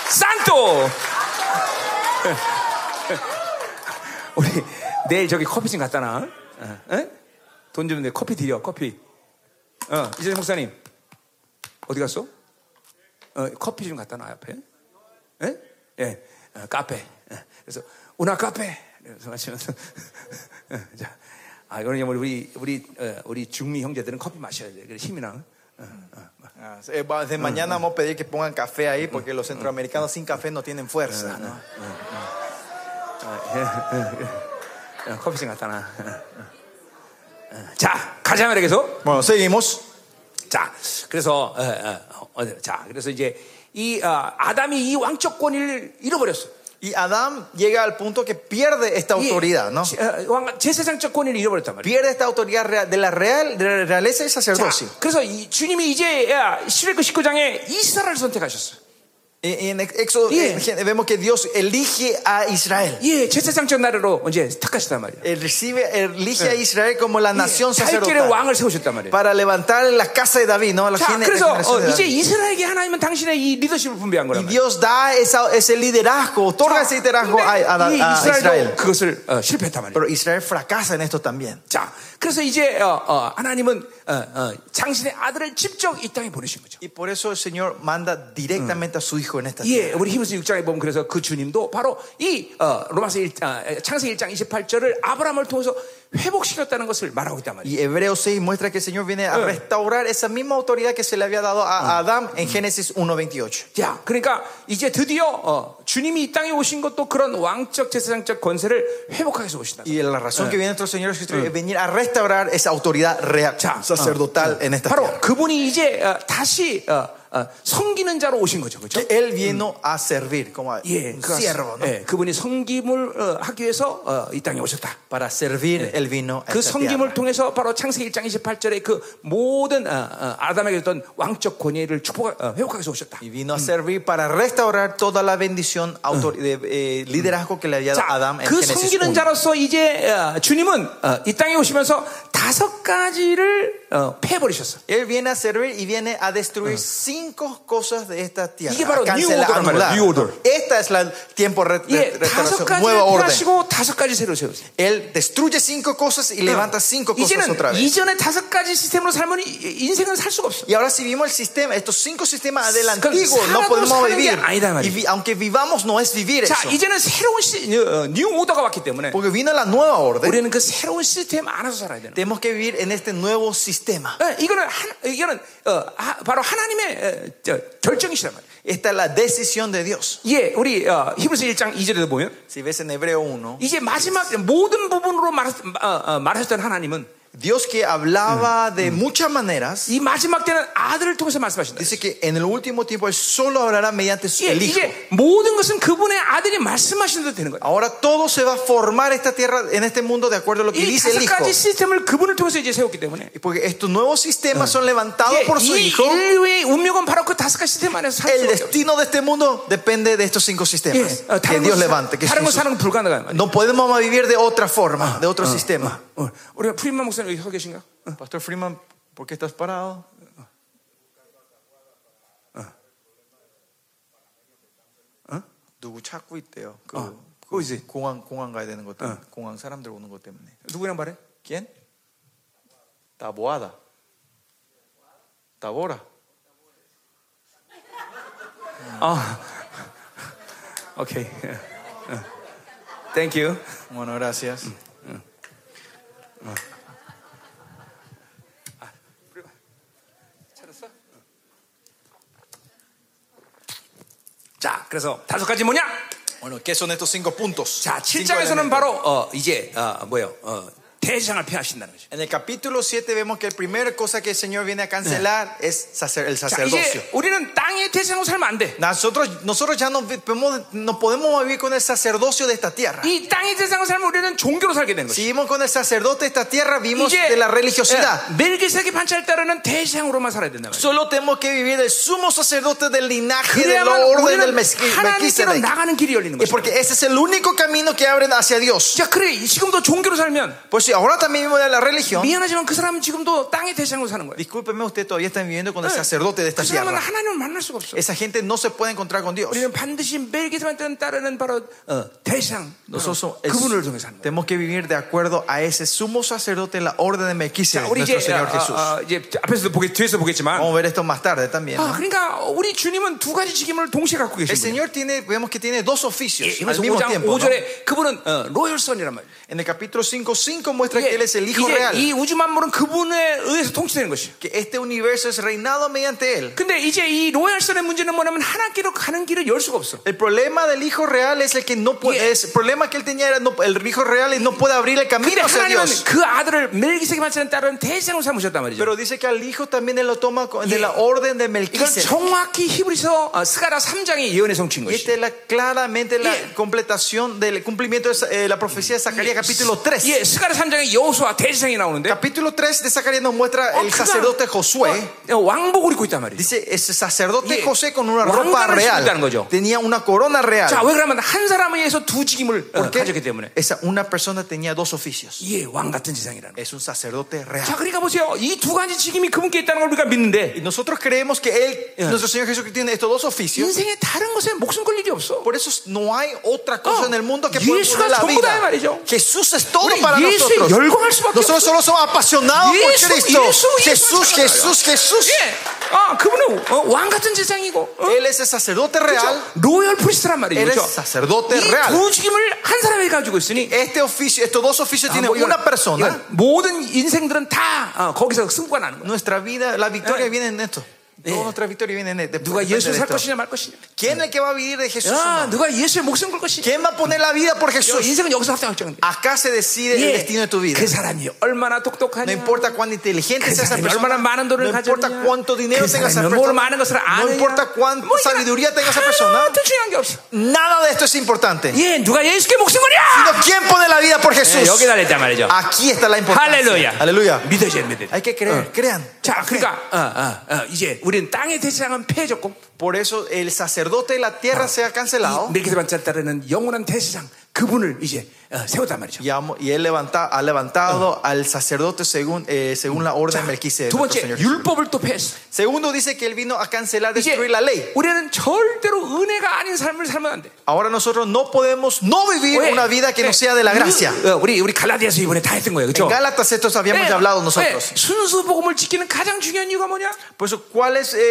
산토. 우리 내일 저기 커피 좀 갖다 놔. 어, 에? 돈 주면 돼. 커피 드려. 커피. 어, 이재 목사님 어디 갔어? 어, 커피 좀 갖다 놔 옆에. 예? 예, 어, 카페. 예. 그래서 una 카페. 그래서 마시면서 어, 자, 아 이거는 우리 우리 어, 우리 중미 형제들은 커피 마셔야 돼. 그래 힘이나. 어, 어. Ah, eh, va- Desde mañana vamos a pedir que pongan café ahí porque los centroamericanos sin café no tienen fuerza. ¿no? 어, 커피 좀 갖다 놔. 어, 어. 자, 가자 말이겠어. Bueno, seguimos. 자, 그래서 어, 어, 어, 자, 그래서 이제 이 아, 아담이 이 왕적 권위를 잃어버렸어. Y Adán llega al punto que pierde esta 이, autoridad, ¿no? 제- 어, 왕- 제사장적 권위를 잃어버렸단 말이야. Pierde esta autoridad real- de la real de la realeza y 자, sacerdocio. 그래서 이 주님이 이제 야, 시레크 19장에 이스라엘을 선택하셨어. Y- y en Éxodo Yeah. eh, vemos que Dios elige a Israel. 예, 제사장적 나라로 이제 택하셨단 말이야. Él recibe, elige a Israel como la nación 달결의 sacerdotal 왕을 세우셨단 말이야. para levantar la casa de David, ¿no? La 자, gene- 그래서 generación 어, de 이제 David. 이스라엘에게 하나님은 당신의 이 리더십을 분배한 Y 거란 말이야. Dios da esa- ese liderazgo, otorga ese liderazgo a, a- 근데 이 a- a 이스라엘도 Israel. 그것을 어, 실패했단 말이야. Pero Israel fracasa en esto también. 자, 그래서 이제 어, 어, 하나님은 어, 어, 당신의 아들을 직접 이 땅에 보내신 거죠. Y por eso el Señor manda directamente a su hijo en esta tierra. 예, 우리 히브리서 6장에 보면 그래서 그 주님도 바로 이 어, 로마서 1, 아, 창세기 1장 28절을 아브라함을 통해서 회복시켰다는 것을 말하고 있단 말이에요. Y Hebreos 6 muestra que el Señor viene a restaurar esa misma autoridad que se le había dado a Adán en Génesis 1.28. 자, 그러니까 이제 드디어 어, 주님이 이 땅에 오신 것도 그런 왕적 제사장적 권세를 회복하기 위해서 오신다. Y la razón que viene nuestro Señor Jesucristo es venir a restaurar esa autoridad real, Ya. sacerdotal en esta 바로 tierra. 그분이 이제 어, 다시 어, 어, 섬기는 자로 오신 거죠. 그렇죠? Que Él vino a servir como 예, un 그, siervo, ¿no? 예, 그분이 섬김을 어, 하기 위해서 어, 이 땅에 오셨다. Para servir, Eh. Él vino a 그 esta tierra. 섬김을 통해서 바로 창세기 1장 28절에 그 모든 어, 어, 아담에게 줬던 왕적 권위를 축복 어, 회복하기 위해서 오셨다. Y vino a servir para restaurar toda la bendición, autor- de, eh, liderazgo que le había dado 자, Adán en 그 Génesis 섬기는 1. 자로서 이제 어, 주님은 어, 이 땅에 오시면서 다섯 가지를 어, 패버리셨어. Él viene a servir y viene a Ah. destruir cinco cosas de esta tierra. 이게 바로 a cancelar, New Order란 anular. 말이야, New Order. Esta es la tiempo re- 예, de 다섯 restauración, 가지를 nueva orden. 패하시고 다섯 가지 새로 세우세요. 어. Él destruye cinco cosas Ah. 예, y levanta cinco cosas otra 이제는 vez. 이전에 다섯 가지 시스템으로 살면 이- 인생은 살 수가 없어. Y ahora si vimos el sistema, estos cinco sistemas del 그러니까 antiguo no 살아도 podemos 사는 게 vivir. 아니다, 말이야. Y vi- aunque vivamos no es vivir 자, eso. 이제는 새로운 시, 어, 뉴 오더가 왔기 때문에 Porque vino la nueva orden. 우리는 그 새로운 시스템 안에서 살아야 되는. 거예요. Tenemos que vivir en este nuevo sistema. 예, 이거는 하, 이거는 어, 하- 바로 하나님의 어, 저, 결정이시란 말이에요. Esta es la decisión de Dios. 예, 우리 어, 히브리서 1장 2절에도 보면 Si ves en Hebreo 1, 이제 마지막 모든 부분으로 말, 어, 어, 말하셨던 하나님은 Dios que hablaba Mm. de muchas maneras. 이 마지막 때는 아들을 통해서 말씀하신다. Dice que en el último tiempo Él solo hablará mediante su- 예, el Hijo. 이제 모든 것은 그분의 아들이 말씀하신 대로 되는 거예요. Ahora todo se va a formar esta tierra en este mundo de acuerdo a lo 이 que dice el 다섯 Hijo. 가지 시스템을 그분을 통해서 이제 세웠기 때문에 Y Porque estos nuevos sistemas son levantados 예, por su 이 Hijo. 인류의 운명은 바로 그 다섯 가지 시스템 안에서 살 El 수밖에 없어요. destino de este mundo depende de estos cinco 예, sistemas 어, que 다른 Dios 거 levante. Que 사는 건 son- 사는 건 불가능한 말이에요. no podemos más vivir de otra forma, de Ah, otro sistema. 네, 어, 우리가 프리만 목사님 여기 서 계신가? 어, Pastor Freeman, ¿por qué estás parado? 누구 찾고 있대요. 그 그거 이제 공항 공항 가야 되는 것 때문에 공항 사람들 오는 것 때문에. 누구랑 말해? ¿Quién? Taboada. Tabora. 아, 오케이. 예. 어. Thank you. Bueno, gracias. 자, 그래서 다섯 가지 뭐냐? Bueno, ¿qué son estos cinco puntos? 자, Cinco 7장에서는 elementos. 바로 어, 이제 어, 뭐요? 어, 대장을 피하신다는 거죠. En el capítulo 7 vemos que la primera cosa que el Señor viene a cancelar es sacer- el 자, sacerdocio. 이제 우리는 땅의 대장으로 살면 안 돼. Nosotros, nosotros ya no, vi- podemos, no podemos vivir con el sacerdocio de esta tierra. 이 땅의 대장으로 살면 우리는 종교로 살게 되는 거죠. Si vivimos con el sacerdote de esta tierra, vivimos de 이제 la religiosidad. 예, 멜기세기 반차를 따르는 대장으로만 살아야 된다 말이야. Solo tenemos que vivir del sumo sacerdote del linaje del 그래야만 orden 우리는 del mezqui- 하나님께로 Melquisedec. 나가는 길이 열리는 거죠. Y 예. porque ese es el único camino que abren hacia Dios. 자, 그래 지금도 종교로 살면 Pues si si ahora también vivimos de la religión, 미안하지만 그 사람은 지금도 땅의 대장으로 사는 거예요. discúlpeme, usted todavía está viviendo con el 네. sacerdote de esta 그 사람은 tierra. 하나님을 만날 수가 없어. Esa gente no se puede encontrar con Dios. 우리는 반드시 매일 기도만 따르는 바로 어, 대상 Nosotros somos- es- 그분을 통해 사는 거예요. tenemos que vivir de acuerdo a ese sumo sacerdote en la orden de 자, Melquisedec, 우리 nuestro 이제 네, Señor 아, Jesús. Oh. 아, 아, 이제 앞에서도 보겠, 뒤에서 보겠지만, Vamos a ver esto más tarde también. 아, ¿no? 그러니까 우리 주님은 두 가지 책임을 동시에 갖고 El 계신 거예요. Señor tiene, vemos que tiene dos oficios 예, al 그래서 mismo 5장 tiempo. ¿no? 5절에 그분은 어, 로열선이란 말이에요. En el capítulo 5, 5 muestra que 이게- Él es el Hijo 그러니까 이제 real, 이 우주 만물은 그분에 의해서 통치되는 것이에요. que este universo es reinado mediante Él. 근데 이제 이 로열선의 문제는 뭐냐면 하나님께로 가는 길을 열 수가 없어. El problema del Hijo real es el que no Yeah. puede. es- El problema que Él tenía era no- el Hijo real es no puede abrir el 근데 camino hacia 하나님은 Dios. 그 아들을 멜기세기 만치는 따른 대장으로 삼으셨단 말이죠. Pero dice que al Hijo también Él lo toma con- de Yeah. la orden de 이건 Melquisedec. 정확히 히브리서 어, 스가라 3장의 예언의 성취인 Y 것이죠. esta es la, claramente la Yeah. completación del cumplimiento de esa- eh, la profecía de Zacarías, capítulo 3. 예, 스가랴 3장에 그러니까 여호수아 대지상이 나오는데 Capítulo 3 de Zacarías nos muestra el 그가, sacerdote Josué. 어, 왕복을 입고 있단 말이죠. Dice, ese sacerdote Yeah. José con una 왕관을 ropa 신는다는 거죠. real tenía una corona real. 자, 왜 그러면 한 사람에 의해서 두 직임을 어, Porque 가졌기 때문에 esa una persona tenía dos oficios. 예, 왕 같은 지상이라는. 거예요. Es un sacerdote 자, real. 그러니까 보세요. 이 두 가지 직임이 그분께 있다는 걸 우리가 Y 믿는데 nosotros creemos que él, nuestro Señor Jesucristo, tiene estos dos oficios. 인생에 다른 것에 목숨 걸일이 없어. Por eso no hay otra cosa Oh, en el mundo que pueda Jesús가 poner la 전부다, 이 vida. 말이죠. Jesús es todo 우리 para 예수에 nosotros. 열광할 수밖에 Nosotros solo somos apasionados Jesús, por Cristo. Jesús, Jesús, Jesús, Jesús, Jesús. 예, 아, 그분은 어, 왕 같은 지상이고 어, Él es el sacerdote real. 그렇죠? 로열 프리스트란 말이죠. Él es 그렇죠? sacerdote real. 이두 직임을 한 사람이 가지고 있으니 Este oficio, estos dos oficios 아, tienen 뭐 이건- una persona. 이건 모든 인생들은 다 어, 거기서 승부가 나는 거야. Nuestra vida, la victoria viene en esto. Yeah. Toda nuestra victoria viene en esto. 누가 Depende 예수 de 살 esto. 것이냐 말 것이냐. ¿Quién es el que va a vivir de Jesús? 야, o no? 누가 예수의 목숨 걸 것이냐. ¿Quién va a poner la vida por 야, Jesús? 인생은 여기서 확정하는 거야. Acá se 네, decide el destino de tu vida. 그 사람이 얼마나 No 똑똑하냐. importa cuán inteligente 그 sea esa 사람이 네, persona, 얼마나 네, 많은 돈을 no importa 가졌냐. cuánto dinero 그 tenga esa 사람이 persona, 뭘 많은 것을 아느냐. no importa cuánta 뭐 이런 sabiduría tenga esa persona, 하나도 중요한 게 없어. nada de esto es importante. 예, 누가 예수께 목숨 Sino 걸이야. quién pone la vida por 예, Jesús. 여기 달렸단 말이죠. Aquí está la importancia. 아, 할렐루야. Eh, Aleluya. Ah. 믿어지 믿어. Hay que creer, crean. 자, 그러니까 어, 어, 어, 이제 우리는 땅의 대상은 패해졌고 Por eso el sacerdote de la tierra se ha cancelado 멜기세반찬 따르는 영원한 대세상 그분을 이제 어, 세웠단 말이죠. y, amo- y él levanta, ha levantado al sacerdote según, eh, según la orden de Melquisedec. 두 nuestro 번째 Señor Jesús. 율법을 또 패했어. Segundo dice que él vino a cancelar, 이제 destruir la ley. 우리는 절대로 은혜가 아닌 삶을 살면 안 돼. Ahora nosotros no podemos no vivir 왜? una vida que no 네. sea de la gracia. 우리, 어, 우리 우리 갈라디아서 이번에 다 했던 거예요, En 그렇죠? Gálatas esto habíamos ya hablado nosotros. 순수 복음을 지키는 가장 중요한 이유가 뭐냐? Por eso, ¿cuál es eh,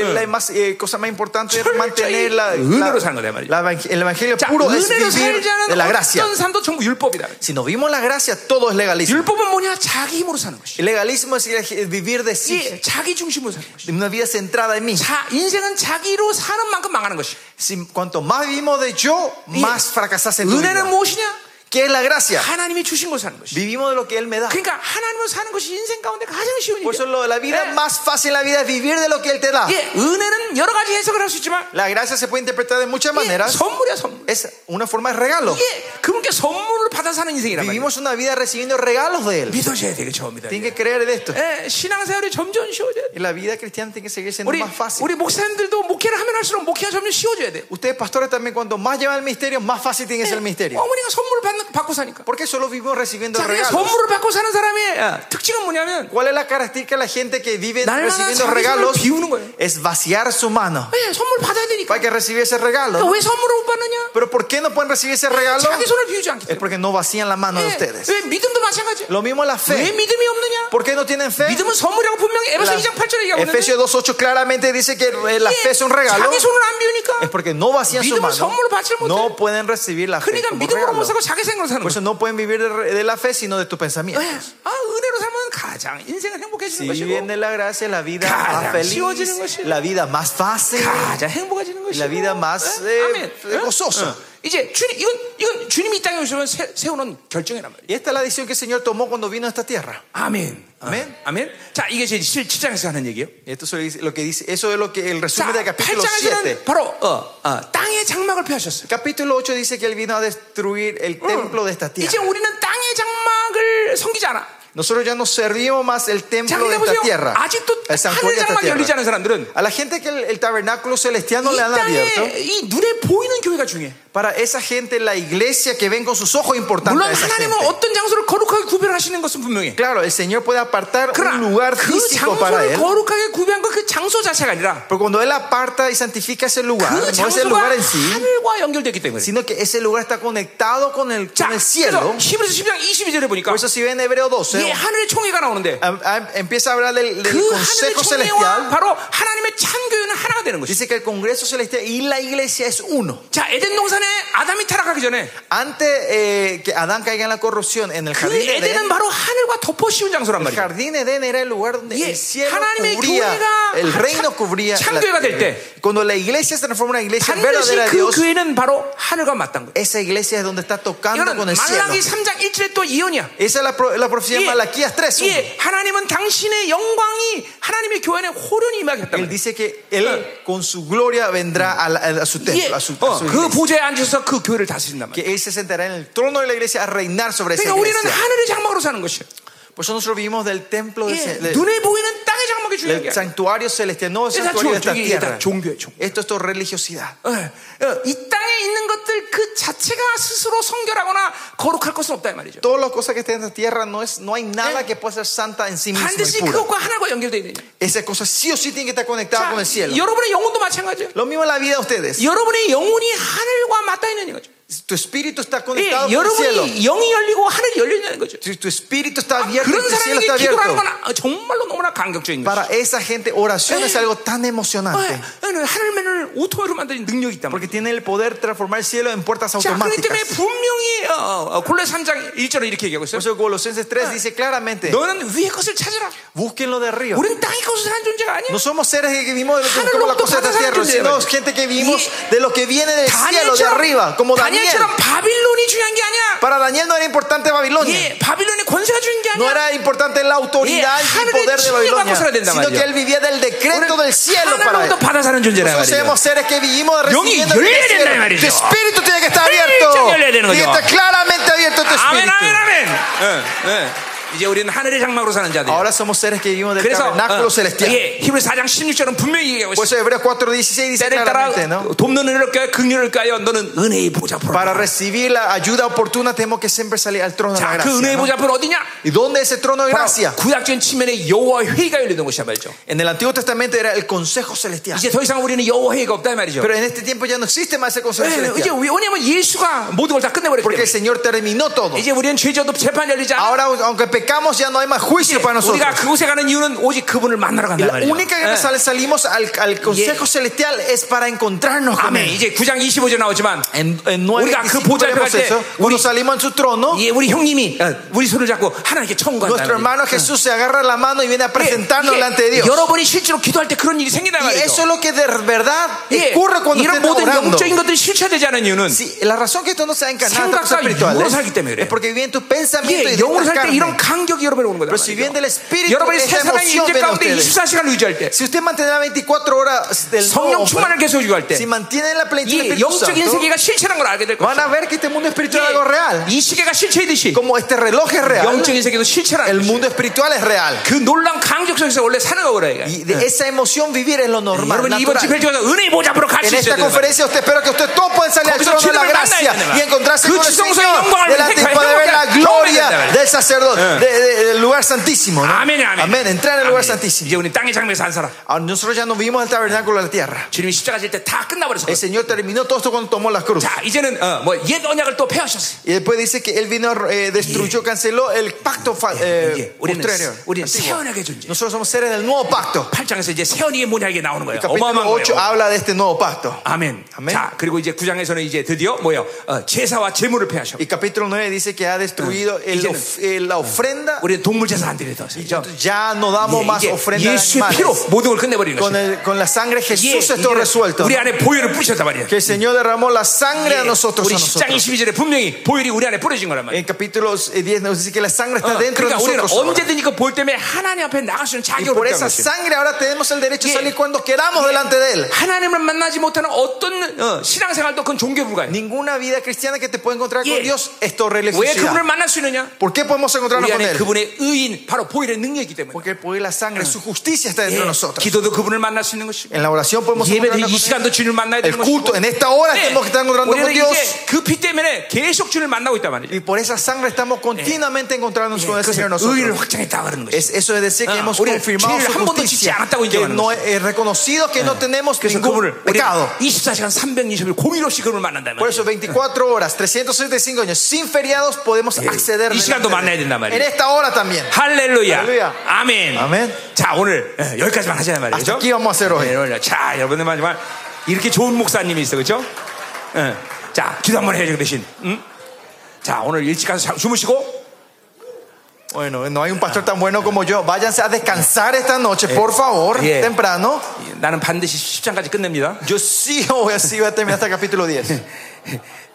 eh, la más, eh, cosa más importante? Es 철저히 mantener la, la- 은혜로 사는 거다, 말이죠. la evang- el evangelio 자, puro es 은혜로 vivir 살지 de 않은 la gracia. 어떤 삶도 전부 율법이다. Si no vimos la gracia, todo es legalismo. 율법은 뭐냐? 자기 힘으로 사는 것이. El legalismo es el- vivir de sí, 예, 자기 중심으로 사는 것이. una vida centrada en mí. 자, 인생은 자기로 사는 만큼 망하는 것이. Si- cuanto más vivimos de yo, 예. más fracasas en tu vida. 은혜는 무엇이냐? ¿Qué es la gracia? 하나님이 주신 걸 사는 것이. Vivimos de lo que Él me da. 그러니까 하나님을 사는 것이 인생 가운데 가장 쉬운 Por eso 일이야. lo de la vida Eh. más fácil en la vida es vivir de lo que Él te da. 예, 은혜는 여러 가지 해석을 할 수 있지만 La gracia se puede interpretar de muchas 예, maneras. 선물이야 선물. Es una forma de regalo. 예, 그분께 선물을 받아 사는 인생이란 말이야. Vivimos una vida recibiendo regalos de Él. 믿어져야 되겠죠, 믿어야. 돼. Tienen que creer en esto. 예, 신앙생활이 점점 쉬워져야 돼. Y la vida cristiana tiene que seguir siendo 우리 más fácil. 우리 목사님들도 목회를 하면 할수록 목회가 점점 쉬워져야 돼. Ustedes, pastores, también cuando más llevan el misterio, más fácil tiene que ser el misterio. 예, 어머니가 선물을 받는, 받고 사니까. Porque solo vivimos recibiendo 자, 그러니까 regalos. 선물을 받고 사는 사람의 어, 특징은 뭐냐면 ¿Cuál es la característica de la gente que vive 날마다 recibiendo 자기 손을 regalos? 비우는 거예요. Es vaciar su mano 예, 선물 받아야 되니까. para que reciba ese regalo. 그러니까 왜 선물을 못 받느냐? Pero ¿por qué no pueden recibir ese regalo? 자기 손을 비우지 않기 Es Eh, 때문에. porque no vacían la mano de 예, ustedes. 왜 믿음도 마찬가지야. Lo mismo la 왜 fe. 믿음이 없느냐? ¿Por qué no tienen fe? 믿음은 선물이라고 분명히 에베소 네. 2장 8절에 얘기하고 있는데 Efesios 2.8 claramente dice que eh, la fe es un 예, regalo. 자기 손을 안 비우니까 Es 네, porque no vacían su 믿음을 mano. 선물로 받지를 못해. No pueden recibir la fe 그러니까 como 믿음으로 못 regalo. 살고 자기 생각으로 사는 Por 거야 eso no pueden vivir de, de la fe, sino de tu pensamiento. 예, 아, 은혜로 살면 가장 인생은 행복해지는 Si 것이고 viven de la gracia, la vida Cara, más 쉬워지는 feliz, 것이고. la vida más fácil. 가장 eh. 행복해지는 것이고 La vida más, 예, eh, 아멘. 예? gozosa. 어. 이제 주님 이건 이건 주님이 이 땅에 오시면 세- 세우는 결정이란 말이야 Y esta es la decisión que el Señor tomó cuando vino a esta tierra. 아멘 어. 아멘. 아멘 자 이게 제 7장에서 하는 얘기예요 Esto es lo que dice, eso es lo que el 자 resumen del capítulo 7. 8장에서는 바로 어, 어, 땅의 장막을 펴셨어요 Capítulo 8 Mm. dice que él vino a destruir el templo de esta 이제 tierra. 우리는 땅의 장막을 섬기지 않아 Nosotros ya no servimos más el 자, templo de 그러니까 esta 보세요. tierra. 아직도 El santuario 하늘 "Ah, de esta 장막 열리지 tierra. 않은 사람들은 A la gente que el, el tabernáculo celestial no 이 le han abierto, 땅에 이 눈에 보이는 교회가 중요해. para esa gente la iglesia que ven con sus ojos importantes. 물론 하나님은 어떤 장소를 거룩하게 구별하시는 것은 분명해. Claro, el Señor puede apartar un 그러나 lugar 그 físico para 장소를 él. 거룩하게 구별한 건 그 장소 자체가 아니라 Pero cuando él aparta y santifica ese lugar, 그 no es el 장소가 lugar en sí, 하늘과 연결되기 때문에. sino que ese lugar está conectado con el, 자, con el 그래서 cielo. 히브리서 10장 22절에 보니까 Por eso si ven Hebreo 예, 12, 하늘의 총회가 나오는데 am- am- empieza a hablar del, del 그 하늘의 consejo 총회와 celestial. 바로 하나님의 참교회는 하나가 되는 것이. Dice que el congreso celestial y la iglesia es uno. 자, 에덴 동산에 아담이 타락하기 전에 Antes eh, que Adán caiga en la corrupción, en el 그 jardín de Edén, 에덴은 바로 하늘과 덮어 씌운 장소란 el 말이야. jardín de Edén era el lugar donde 예, el cielo 하나님의 cubría, 교회가 el reino 참- cubría. la 창조회가 될 tierra. Cuando la iglesia se transforma en una iglesia 반드시 verdadera de 그 Dios, 교회는 바로 하늘과 맞닿은 거야. esa iglesia es donde está tocando 이거는 con el cielo. 말라기 3장 1절에 또 예언이야. Esa es la, pro- la profecía de 예, Malaquías 3. 예, 하나님은 당신의 영광이 하나님의 교회 안에 호련히 Él 임하겠다는 dice que Él con su gloria vendrá a, la- a su templo, a su, a su 그 iglesia. 보좌에 앉아서 그 교회를 다스린단 말이야. Que Él se sentará en el trono de la iglesia a reinar sobre esa 그러니까 우리는 iglesia. 하늘의 장막으로 사는 것이야. Por eso nosotros vivimos del templo, del- 예, del- 눈에 보이는 땅의 장막이 중요한 게 아니야. del santuario celestial, no el esa santuario 종- de esta 이게 다 tierra. 종교예요, 종교. Esto es todo religiosidad. 어, 어, 이 땅에 있는 것들 그 자체가 스스로 성결하거나 거룩할 것은 없다 이 말이죠. Todas las cosas que están en esta tierra no, es, no hay nada Eh. que pueda ser santa en sí mismo. 반드시 y pura. 그것과 하나가 연결돼야 되냐. Esas cosas sí o sí tienen que estar conectadas 자, con el cielo. 여러분의 영혼도 마찬가지예요. Lo mismo en la vida de ustedes. 여러분의 영혼이 하늘과 맞닿아 있는 거죠. Tu espíritu está 예, conectado con el cielo. 여러분이 영이 열리고 하늘이 열린다는 거죠. Tu, tu espíritu está abierto y 그런 tu cielo está 사람에게 기도하는 abierto. 건 아, 정말로 너무나 감격적인 거죠. Para esa gente, oración Eh. es algo tan emocionante. 아, 예, 하늘면을 오토바이로 만드는 능력이 있단 말이에요. Porque tiene el poder transformar el cielo en puertas 자, 그렇기 때문에 automáticas. 분명히 어, 어, 어, 골로새 3장 1절에 이렇게 얘기하고 Por 있어요. eso Colosenses Ah. 3 dice claramente, 너는 위의 것을 찾으라. búsquenlo de arriba. 우리는 땅의 것을 사는 존재가 아니야. No somos seres que vivimos de lo que Haneul buscamos la Octo cosa de esta Patasar tierra, Judea, sino ¿verdad? gente que vivimos Y- de lo que viene del cielo, de arriba, como Daniel. 다니엘처럼 바빌론이 중요한 게 아니야. Para Daniel no era importante Babilonia. 예, 바빌론의 권세가 중요한 게 No 아니야. era importante la autoridad Y- y poder de Haneul Babilonia, Octo Patasar Judea, sino que ¿verdad? él vivía del decreto del cielo para él. 하늘로부터 받아 사는 존재라 Nosotros 말이야. somos seres que vivimos recibiendo Yongi, el 열려야 cielo. 된다, Tu 말이죠. espíritu tiene que estar 활짝 열려야 되는 abierto. Tiene 거죠. que estar claramente abierto tu 아멘, espíritu. 아멘, 아멘. 예, 예. 이제 우리는 하늘의 장막으로 사는 자들. Ahora somos seres que vivimos del 어, 그래서 tabernáculo 어, celestial. 예, 히브리 4장 16절은 분명히 얘기하고 Por 있어. eso Hebreos 4.16 dice 때를 claramente, 따라 ¿no? 돕는 은혜를 껴야 극률을 껴야 너는 은혜의 보좌 앞으로. Para recibir la ayuda oportuna tenemos que siempre salir al trono de la 자, 그 gracia. 은혜의 ¿no? 보좌 앞은 어디냐? ¿Y dónde es el trono de gracia? 바로 구약적인 측면에 여호와 회의가 열리는 곳이란 말이죠. En el Antiguo Testamento era el Consejo Celestial. 이제 더 이상 우리는 여호와 회의가 없다 이 말이죠. Pero en este tiempo ya no existe más ese Consejo 예, 이제 Celestial. 왜냐면 예수가 모든 걸 다 끝내버렸기 Porque el 때문에. Señor terminó todo. 이제 우리는 죄져도 재판 열리지 않아. Ahora, aunque pecamos, ya no hay más juicio 우리가 para nosotros. 그곳에 가는 이유는 오직 그분을 만나러 간다 La 말이죠. 예. única que sal- salimos al, al Consejo Celestial es para encontrarnos con 아멘. Él. 이제 9장 25절 나오지만 En, en 9 Uriga, 그 보좌 vemos 앞에 갈 eso. 때 Cuando 우리- salimos en su trono, 예, 우리 형님이 어, 우리 손을 잡고 하나님께 청구한다. nuestro hermano Jesús se agarra la mano y viene a presentarnos delante de Dios. 예, 여러분이 실제로 기도할 때 그런 일이 생긴다 Y 말이죠. eso es lo que de verdad 예, ocurre cuando 이런 estén 모든 orando. 영적인 것들이 실체되지 않은 이유는 Sí, la razón que esto no se ha encarnado en estas cosas 생각과 육으로 espirituales 살기 때문에 그래요. ¿eh? es porque viven tus pensamientos 예, y 영으로 de 살 때 carne. 이런 감격이 여러분에 오는 거다. Pero si bien del espíritu, 여러분이 esa 새 사람의 emoción 임재 viene a 가운데 ustedes. 24시간 유지할 때 Si usted mantiene las 24 horas del nuevo 성령 hombre, 충만을 계속 유지할 때 si mantiene la plenitud del 이 Espíritu 영적인 Santo, 세계가 실체라는 걸 알게 될 van 것이다. a ver que este mundo espiritual es algo real. 예, 이 시계가 실체이듯이 Como este reloj es real, 영적인 세계도 el 실체라는 것이에요. mundo espiritual es real. 그 놀란 감격 속에서 원래 사는 거라 이게. Y de esa emoción vivir es lo normal. 여러분 이번 natural. 집회를 통해서 은혜의 보좌 앞으로 갈 En 수 있어야 esta 돼요. conferencia usted espero que usted todos puedan salir al 거기서 trono de la 주님을 만나야 gracia 되는 y 거야. encontrarse 그 con el 지성소의 Señor 영광을 delante 회복해야 para ver 되는 la 거야. 경험해야 gloria 되는 del sacerdote de- de- del lugar santísimo. ¿no? 아멘, 아멘. Entrar en el lugar santísimo. 이제 우리 땅의 장면에서 안 살아. Ahora, nosotros ya no vivimos el tabernáculo de la tierra. 주님이 십자가 질 때 다 끝나버렸어. El Señor terminó todo esto cuando tomó la cruz. 자 이제는 어, 뭐옛 언약을 또 폐하셨어. Y después dice que Él vino, eh, destruyó, canceló el pacto fa- eh, 예, 우리는 posterior, 우리는 새 antiguo. 언약의 존재. Nosotros somos seres del nuevo pacto. 8장에서 이제 새 언약의 모양이 나오는 그러니까 거예요. Capítulo 어마어마한 8 거예요. habla de este nuevo pacto. 아멘. 아멘. 자 그리고 이제 9장에서는 이제 드디어 뭐요? 어, 제사와 제물을 폐하셨고 Y capítulo 9 dice que ha destruido el 이제는- of- eh, la ofrenda 우리는 동물 제사 안 드리던 거죠. Ya no damos más ofrenda de 예수의 피로 animales. 모든 걸 끝내버리는 Con, 것이죠. el- con la sangre de 예, Jesús esto 이제는 resuelto. 우리 안에 보혈을 뿌리셨단 말이에요. 예, Que el Señor derramó la sangre a nosotros. a 우리 10장 nosotros. 22절에 분명히 보혈이 우리 안에 뿌려진 거란 말이에요. En capítulos eh, 10 nos dice que la sangre está 어, dentro de 그러니까 우리는 nosotros. ahora. 언제든지 그 보혈 때문에 하나님 앞에 나갈 수 있는 Y 자격을 por 얻게 한 esa 것이에요. sangre ahora tenemos el derecho a Yeah. salir cuando queramos delante de Él. 하나님을 만나지 못하는 어떤 어, 신앙생활도 그건 종교 불가해요. Ninguna vida cristiana que te pueda encontrar con Yeah. Dios es tu 왜 네, 그분을 religiosidad. 만날 수 있느냐? ¿Por qué podemos encontrarnos 우리 con 안에 él. 그분의 의인 바로 보혈의 능력이기 때문에 Porque el poder de la sangre, su justicia está dentro de 예, nosotros. 기도도 그분을 만날 수 있는 것이고 En la oración podemos 예배도 encontrarnos 이 con 시간도 주님을 만나야 él. 되는 El 것이고 culto, en esta hora 네, tenemos que estar encontrando con 우리는 Dios. 이제 그피 때문에 계속 주님을 만나고 있단 말이죠 Y por esa sangre estamos continuamente encontrándonos con el Señor 그래서 의를 nosotros. 확장했다 그러는 것이죠 Es, eso es decir que Ah, hemos 우리는 confirmado 죄를 su 한 번도 짓지 justicia. 않았다고 Que 인정하는 no es reconocido Ah, que no tenemos 그래서 ningún 그분을 pecado. 우리가 24시간 320일 고민 없이 그분을 만난다면 Por eso 24 horas, 365 años, sin feriados podemos acceder. 이 시간도 delante 만나야 de él. 된단 말이에요. En esta hora también. 할렐루야. 할렐루야. 아멘. 아멘. 자, 오늘 예, 여기까지만 하자 Hasta 말이죠. aquí vamos a hacer hoy. 예, 오늘 자, 여러분들 마지막 이렇게 좋은 목사님이 있어. 그렇죠? 자, 기도 한번 해야죠, 그 대신. 응? 자, 오늘 일찍 가서 자- 주무시고 Bueno, no hay un pastor tan bueno como yo. Váyanse a descansar esta noche, por favor, Yeah. temprano. 예, 나는 반드시 10장까지 끝냅니다. Yo sí voy a, sí voy a terminar hasta el capítulo 10.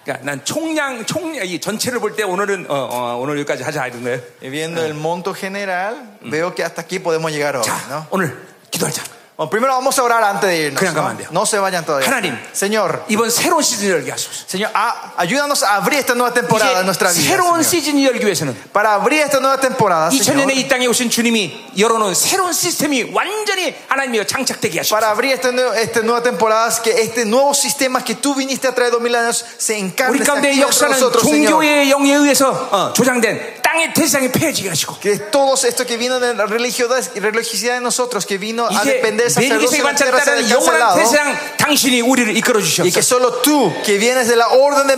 그러니까 난 총량 총량 이 전체를 볼 때 오늘은 어, 어, 오늘 여기까지 하자 이런 거예요. Y viendo el monto general, veo que hasta aquí podemos llegar hoy. 자, ¿no? 오늘 기도하자. Bueno, primero vamos a orar antes de irnos. 그냥 가면 ¿no? 안 돼요. No se vayan todavía. 하나님. Señor, 이번 새로운 시즌 열게 하소서. Señor, a- ayúdanos a abrir esta nueva temporada en nuestra 이제 vida. 새로운 Señor. 시즌 열기 위해서는 Para abrir esta nueva temporada, Señor, 2000년에 이 땅에 오신 주님이 열어놓은 새로운 시스템이 완전히 하나님이 장착되게 하시옵소서. para abrir esta, nue- esta nueva temporada, es que este nuevo sistema que tú viniste a traer dos mil años se encarne 우리 se 가운데 active entre 역사는 nosotros, Señor. 종교의 영에 의해서 조장된 땅의 태상이 폐해지게 하시고 Que todos estos que vino de la religiosidad, religiosidad de nosotros, que vino a 이제 depender del 내리기세에 sacerdocio de la tierra, sea 관찰했다는 영원한 cancelado. 태상 당신이 우리를 이끌어 Y que 주셨소. solo tú, que vienes de la orden de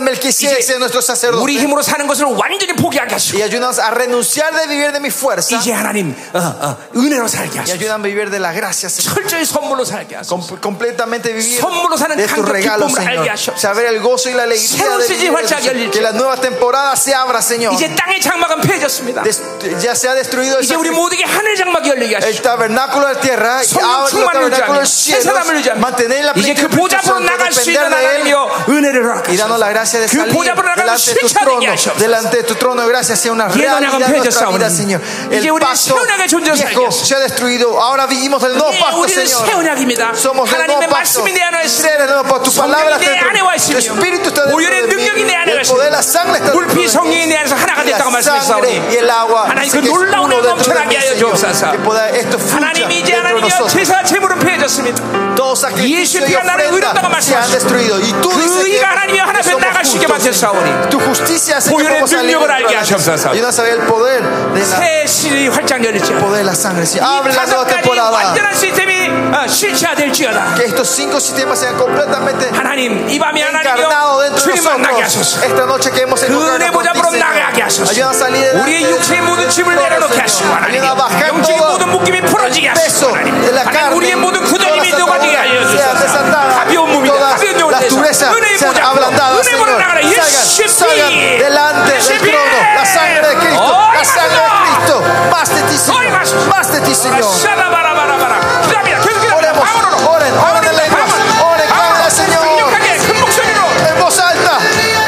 이제 Melquisedec, seas nuestro 우리 sacerdote. 힘으로 사는 것을 완전히 포기하게 하시고 Y ayúdanos a renunciar de vivir de mi fuerza. 이제 하나님 어, 어, 은혜로 살게 Y 하시고 ayúdanos a vivir de la gracia, Señor. 철저히 선물로 살게 하시고 Com- completamente vivir 선물로 사는 de tus 감격, regalos, 기쁨을 Señor. 알게 하시옵소서. Saber el gozo y la alegría 새로운 de 시즌이 vivir de 활짝 열릴 tus- que la nueva temporada se abra, Señor. 이제 땅의 장막은 폐해졌습니다. Des- ya se ha destruido el, 이제 우리 sacri- 모두에게 하늘 장막이 열리게 el 하시고 tabernáculo de la tierra y 성령 abre el 충만을 유지하며 tabernáculo del 새 cielo. 사람을 유지하며 Mantener la 이제 그 보좌 앞으로 plenitud 나갈 수 있는 depender de él. 하나님이여 은혜를 Y danos la gracia de 허락하소서 그 salir 보좌 앞으로 나가면 delante de tu 실체하게 trono. 하시옵소서 Delante de tu trono, gracias, sea una Y el realidad nuevo en nuestra pacto, vida, Señor. Señor. Y que El 우리는 pacto 새로운 약의 존재를 viejo 살게 se ha destruido. Ahora vivimos del nuevo 예, pacto, 우리는 새로운 Señor. 약입니다. Somos del nuevo 하나님의 pacto. 말씀이 내 안에 있으며 Seres del nuevo pacto. Tu palabra 성령이 내 está 안에 와 dentro. Tu 있으며 espíritu está dentro 오륜의 de mí. 능력이 내 안에 와 El poder de la sangre está dentro 물피 de mí. 성령이 내 안에서 하나가 Y la 됐다고 sangre 말씀하셨사오니 y el agua 하나님 dice 그 que es 놀라운 uno dentro de 넘쳐나게 mí, 하여 Señor. 주옵소서. Que pueda esto fluya 하나님이 이제 dentro de 하나님이여 nosotros. 제사 제물은 폐해졌습니다 Todo sacrificio 예수의 y 피 하나를 의롭다고 ofrenda se han 말씀하시고 destruido. Y tú dices 그 que 의가 하나님 앞에 somos 나갈 수 있게 justos. 만드셨사오니 Tu justicia hace que 보혈의 podamos salir 능력을 dentro 알게 de la 하시옵소서. gracia. Ayúdanos a ver el poder de la, 새 시즌이 활짝 열릴지어다 poder de la sangre. Si abre 이 la 다섯 nueva 가지 temporada. 완전한 시스템이 어, 실체화될지어다 Que estos cinco sistemas sean completamente 하나님 이 밤에 encarnados 하나님이여 dentro de 주님 만나게 nosotros. 하소서 Esta noche que hemos 그 encontrado 은혜 보좌 앞으로 나가게 하소서 Ayúdanos a salir delante 우리의 육체의 모든 짐을 내려놓게 하시고 하나님 Ayúdanos a bajar 영적인 todo 모든 묶임이 풀어지게 하시고 peso 하나님 de la 하나님 carne. 우리의 모든 Todas 구더님이 las 녹아지게 ataduras 하여주소서 sean desatadas. 가벼운 몸이다 Todas 가벼운 영혼이 las 되서 durezas 은혜의 sean 보좌 앞으로 ablandadas, 은혜 보좌 Señor. 나가라 예수의 Salgan, salgan 피 delante del 예수의 피 trono. La sangre de Cristo, la sangre de Cristo. Más de ti, Hoy más. Señor. Más de ti, Señor. 샤라바라바라바라 기도합니다 계속 기도합니다 Oremos, 방언으로 oren, oren en lenguas, oren, clamen al Señor. 강력하게 큰 목소리로 En voz alta,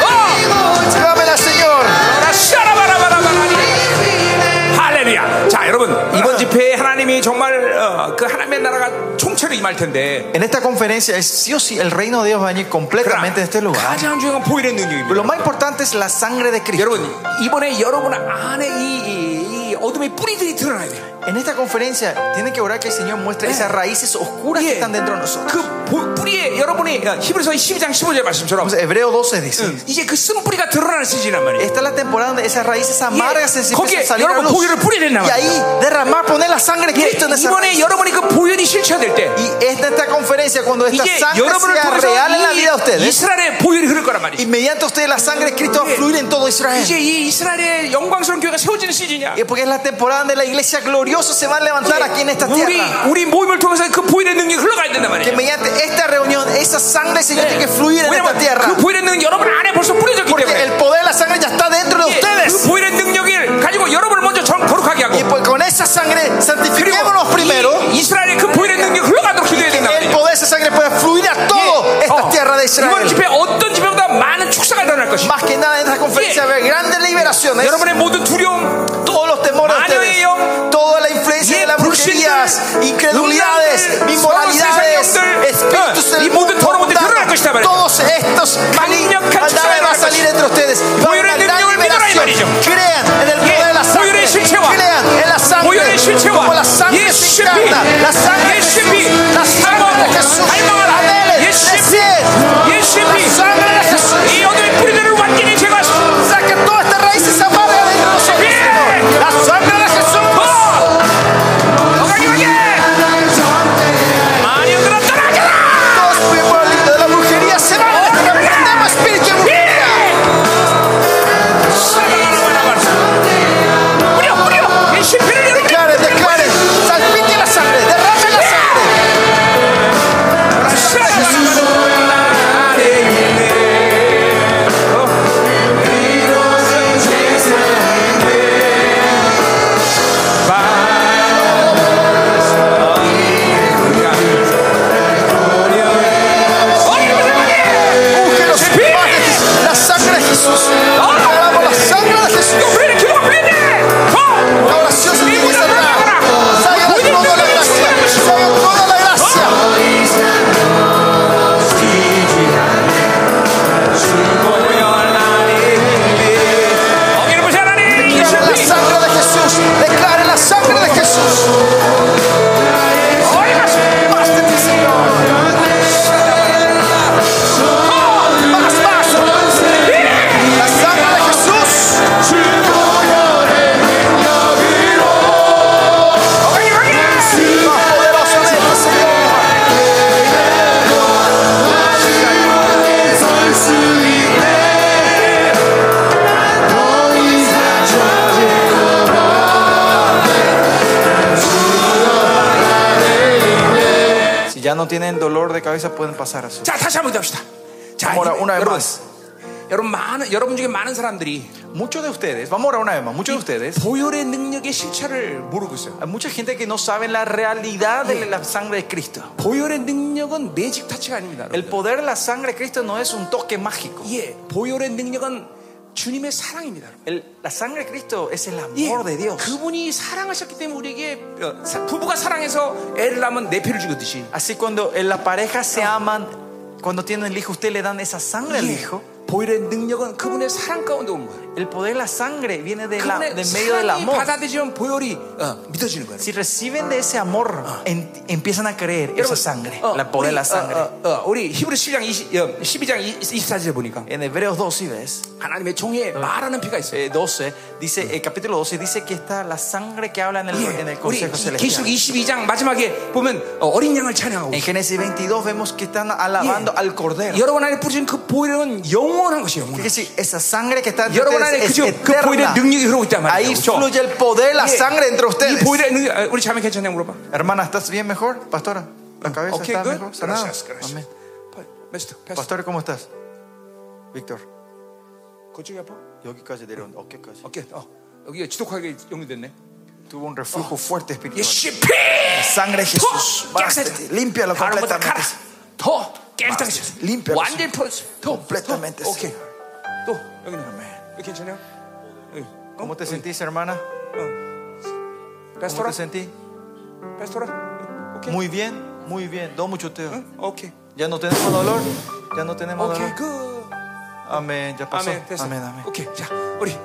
어! clámela, ¡Oh! Señor. 샤라바라바라바라. 할렐루야. 자, 여러분, 이번 집회에 하나님이 정말 어, 그 하나님의 나라가 총체로 임할 텐데. En esta conferencia, es sí o sí, el reino de Dios va a venir 그러나 completamente en este lugar. 가장 중요한 보일의 Pero 능력입니다. lo más importante es la sangre de Cristo. 여러분, 이번에 여러분 안에 이, 이- 이 어둠의 뿌리들이 드러나야 돼요. En esta conferencia, tienen que orar que el Señor muestre esas raíces oscuras que 예. están dentro de nosotros. 그 보- 뿌리에 여러분이 어, 히브리서 12장 15절 말씀처럼 Entonces, Hebreo 12 dice: 이제 그 쓴 뿌리가 드러나는 시즌이란 말이에요. Esta es la temporada donde esas raíces amargas se empiezan 거기에 a salir a 여러분 luz. 보혈을 뿌려야 된단 Y ahí derramar, poner la sangre de 예, 그러니까 Cristo en esa 이번에 여러분이 그 보혈이 실체화될 때 Y esta, esta conferencia, cuando esta 이제 sangre 여러분을 sea real en la vida de 통해서 이 ustedes, 이스라엘의 보혈이 흐를 거란 말이죠. inmediato ustedes la sangre de Cristo va a Yeah. fluir en todo Israel. 이제 이 이스라엘의 영광스러운 교회가 세워지는 시즌이야. Y porque es la temporada donde la iglesia gloriosa se va a levantar aquí en esta 우리 tierra. 우리 모임을 통해서 그 보일의 능력이 흘러가야 된단 Que 말이에요. mediante esta reunión, esa sangre, Señor, tiene que fluir en esta 왜냐면 tierra. 그 보일의 능력 여러분 안에 벌써 뿌려졌기 Porque 때문에 el poder de la sangre ya está dentro de 예, 그 ustedes. 보일의 능력을 가지고 여러분을 먼저 정, 거룩하게 하고 Y pues con esa sangre santifiquémonos primero. 이, 이스라엘의 그 보일의 능력이 흘러가도록 기도해야 된단 Que el 말이에요. poder de esa sangre pueda fluir a toda 예, esta 어, tierra de 이번 Israel. 집회 어떤 집회보다 많은 축사가 일어날 것이고 Más que nada en esta conferencia va a haber grandes liberaciones. 여러분의 모든 두려움 Todos los temores de 마녀의 영, ustedes, toda la influencia 예, de las brujerías, 불신들, incredulidades, 음란들, inmoralidades, 서로 세상의 영들, espíritus 어, 이 del 모든 mundo 더러운 것들이 mundano, 드러날 것이다 말이야. todos estos malignos 강력한 축사가 일어날 maldades va a salir entre ustedes. Va a haber una 보혈의 gran 능력을 믿어라 이 liberación. 말이죠. Crean en el poder de la 보혈의 sangre. ya no tienen dolor de cabeza, pueden pasar a su. 자, 다시 한번 기도합시다. 자, Vamos a orar una vez 여러분, más. 여러분 많은 여러분 중에 많은 사람들이 Muchos de ustedes, vamos a orar una vez más, muchos de ustedes, 보혈의 능력의 실체를 모르고 있어요. hay mucha gente que no sabe la realidad de la sangre de Cristo. 보혈의 능력은 매직 타치가 아닙니다. El 여러분들. poder de la sangre de Cristo no es un toque mágico. 예, 보혈의 능력은 주님의 사랑입니다. 여러분. El- la sangre de Cristo es el 예, amor de Dios. 그분이 사랑하셨기 때문에 우리에게 어, 사- 부부가 사랑해서 애를 낳으면 내 피를 주듯이 Así cuando en las parejas se aman, cuando tienen el hijo, ustedes le dan esa sangre al 예, hijo. 보혈의 능력은 그분의 사랑 가운데 온 거예요. El poder de la sangre viene de la, 그분의 de medio del 사랑이 amor. 받아들이면 보혈이 어, 믿어지는 거예요. Si reciben de ese amor, en- empiezan a creer esa sangre, 어, la poder de la 우리, sangre. 어, 어, 어, 우리 히브리 12장 20, 어, 12장 24절에 보니까 En Hebreos 2, si ves, 하나님의 종에 말하는 피가 있어요. eh, 12, dice, el capítulo 12 dice que está la sangre que habla en el, en el 예, 우리 Consejo 계시록 22장 Celestial. 마지막에 보면 어, 어린 양을 찬양하고 En Génesis 22 vemos que están alabando 예. al Cordero. 여러분 안에 뿌린 그 보혈은 영원한 것이에요. 영원한. Es decir, esa sangre que está entre 여러분 안에 ustedes es 그죠? 그 보혈의 eterna. 능력이 흐르고 있단 말이에요. Ahí 그렇죠? fluye el poder, la sangre entre 이 ustedes. 보혈의 능력 아, 우리 자매 괜찮냐 물어봐. Hermana, ¿estás bien mejor, pastora? ¿La cabeza 오케이, está good. mejor? ¿Sanada? Gracias, gracias. Amén. 메스터, 패스터. Pastora, ¿cómo estás? Víctor. 그쪽이 아파? 여기까지 내려온다. 어깨까지. 오케이. 어. 여기 지독하게 연결됐네. Tuvo un reflujo fuerte espiritual. 예시 La sangre de Jesús. 더 Bástate. 깨끗해. Límpialo 다른보다 completamente. 가라. 더 깨끗하게. 해줘. limpialo. 완전히 풀어줘. 더 Completamente, 더. 오케이. 또 여기는 Amén. 여기 괜찮냐? 여기. 어? ¿Cómo te 여기. sentís, hermana? 어. ¿Cómo 베스토라, te sentís? 베스토라. 오케이. Muy bien, muy bien. No mucho teo. 응? 오케이. Ya no tenemos dolor. Ya no tenemos 오케이. dolor. 그 Amén. Ya pasó. 아멘. 됐어. Amén, amén. 오케이. 자, 우리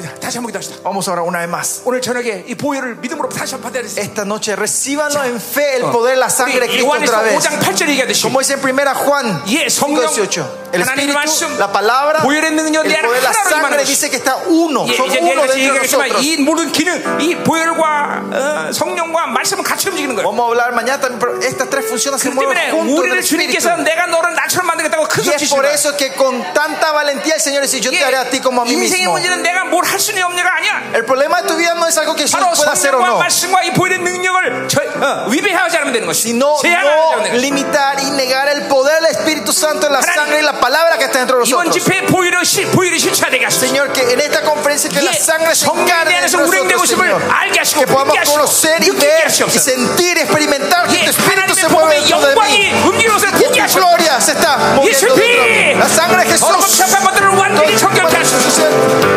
자, 다시 한번 기도합시다. Vamos ahora una vez más. 오늘 저녁에 이 보혈을 믿음으로 다시 한번 받아들이세요. Esta noche recíbanlo en fe el poder de la sangre de 어. 우리 Cristo 요한에서 otra vez. 5장 8절 얘기하듯이 Como dice en primera Juan 예, 성령, 5:18, el 하나님 espíritu, 말씀, la palabra, el 보혈의 능력 내 안에 poder, la 하나로 임하는 sangre 것이. dice que está uno, 예, son 이제 내일까지 uno dentro de 얘기하겠지만 nosotros. 이 모든 기능, 이 보혈과 어, 성령과 말씀을 같이 움직이는 거예요. Vamos a hablar mañana también, pero estas tres funciones se 그 mueven 때문에 juntos. en el 우리를 espíritu. 주님께서 내가 너를 나처럼 만들겠다고 큰 Y 소리 es 치시는 por 거예요. eso que con tanta valentía el Señor dice, yo te haré a ti como a mí 인생의 mismo. 문제는 내가 뭘 할 수 있는 없냐가 아니야. El problema de tu vida no es algo que yo 바로 pueda hacer o 성령과 no, 말씀과 이 보혈의 능력을 저, 어, 위배하지 않으면 되는 것이. sino 제한하지 않으면 no 되는 것이. limitar y negar el poder del Espíritu Santo en la 하나님, sangre y la palabra que está dentro de 이번 nosotros. 집회 보혈의 실- 보혈의 실체되게 하소서. Señor, que en esta conferencia que la 예, sangre se encarne 성령에 de 안에서 운행되고 nosotros, 싶을 Señor. 알게 하시고 Que podamos 믿게 하시고 conocer y 느끼게 ver y 하시옵소서. sentir y experimentar que 예, tu Espíritu 하나님의 se 몸의 mueve dentro de 영광이 mí. 움직이면서 Y 느끼게 tu 하시고 gloria se está moviendo 예수님! dentro de mí. La sangre de Jesús. 얼굴 잡한 것들을 완전히 정결케 하소서.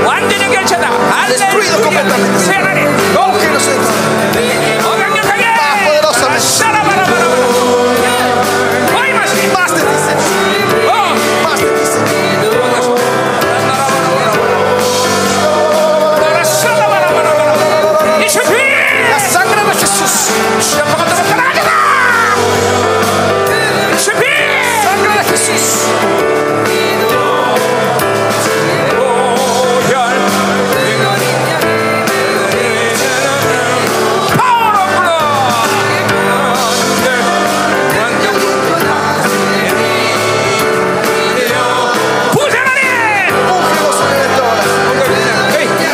완전히 결체다. Destruido completamente. 새 하나님. 너 Que nos entra. 더 강력하게. Más poderoso. 따라바라바라바라. 거의 마시. Más te dice, 어. más te dice. 따라바라바라바라. 예수 La 피. sangre de Jesús. 예수 피. Sangre de Jesús. Úngenos en esta hora.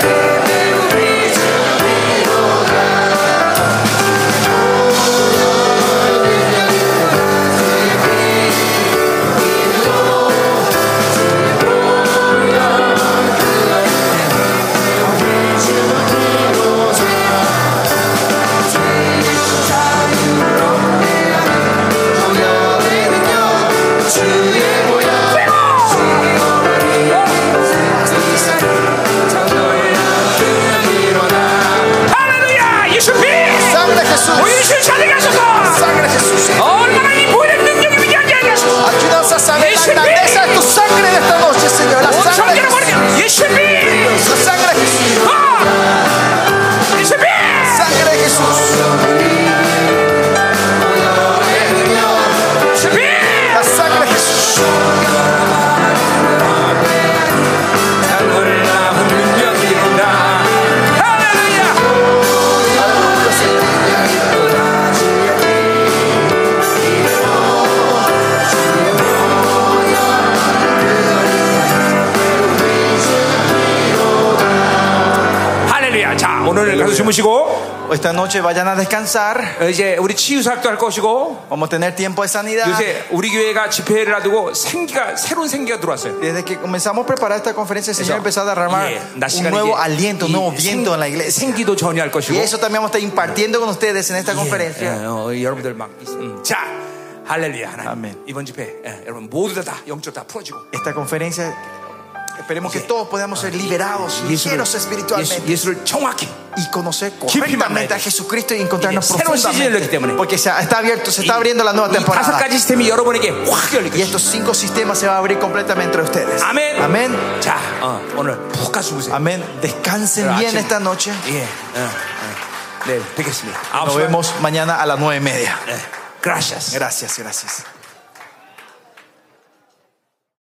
Sangre de Jesús. Sangre de Jesús. Aquí nos hace saber la grandeza de tu sangre en esta noche, Señor. La sangre de Jesús. La sangre de Jesús. Sangre de Jesús. La sangre de Jesús. 할렐루야. 자, 오늘 가서 주무시고 Esta noche vayan a descansar. 어, 이제 우리 치유사역도 할 것이고 Vamos a tener tiempo de sanidad. 요새 우리 교회가 집회를 앞두고 생기가 새로운 생기가 들어왔어요. Desde que comenzamos a preparar esta conferencia, el Señor empezó a derramar 예, 낮 un 시간에 nuevo 이제 aliento, un 이 nuevo 생- viento en la iglesia. 생기도 전이할 것이고 Y eso también vamos a estar impartiendo con ustedes en esta 예, conferencia. 어, 여러분들 막 음, 자, 할렐루야 하나님. 아멘. 이번 집회 예, 여러분 모두 다, 다 영적 다 풀어지고 Esta conferencia, esperemos que todos podamos ser liberados, 예수를, ligeros espiritualmente 예수, 를 정확히 y conocer 깊이 correctamente 만나야 a Jesucristo y encontrarnos 이게 새로운 시즌을 열기 profundamente. 때문에. Porque se está abierto, se está abriendo la nueva 이 다섯 예, temporada. 가지 시스템이 여러분에게 확 열릴 Y 것이다. estos cinco sistemas se van a abrir completamente a ustedes. 아멘. Amén. 자, 어, 오늘 푹 가서 보세요. Amén. Descansen Pero bien ache- esta noche. 예, 어, 어. 네, 뵙겠습니다. Nos 아홉 시 반. 뭐- vemos mañana a las nueve y media. 예, gracias. Gracias, gracias.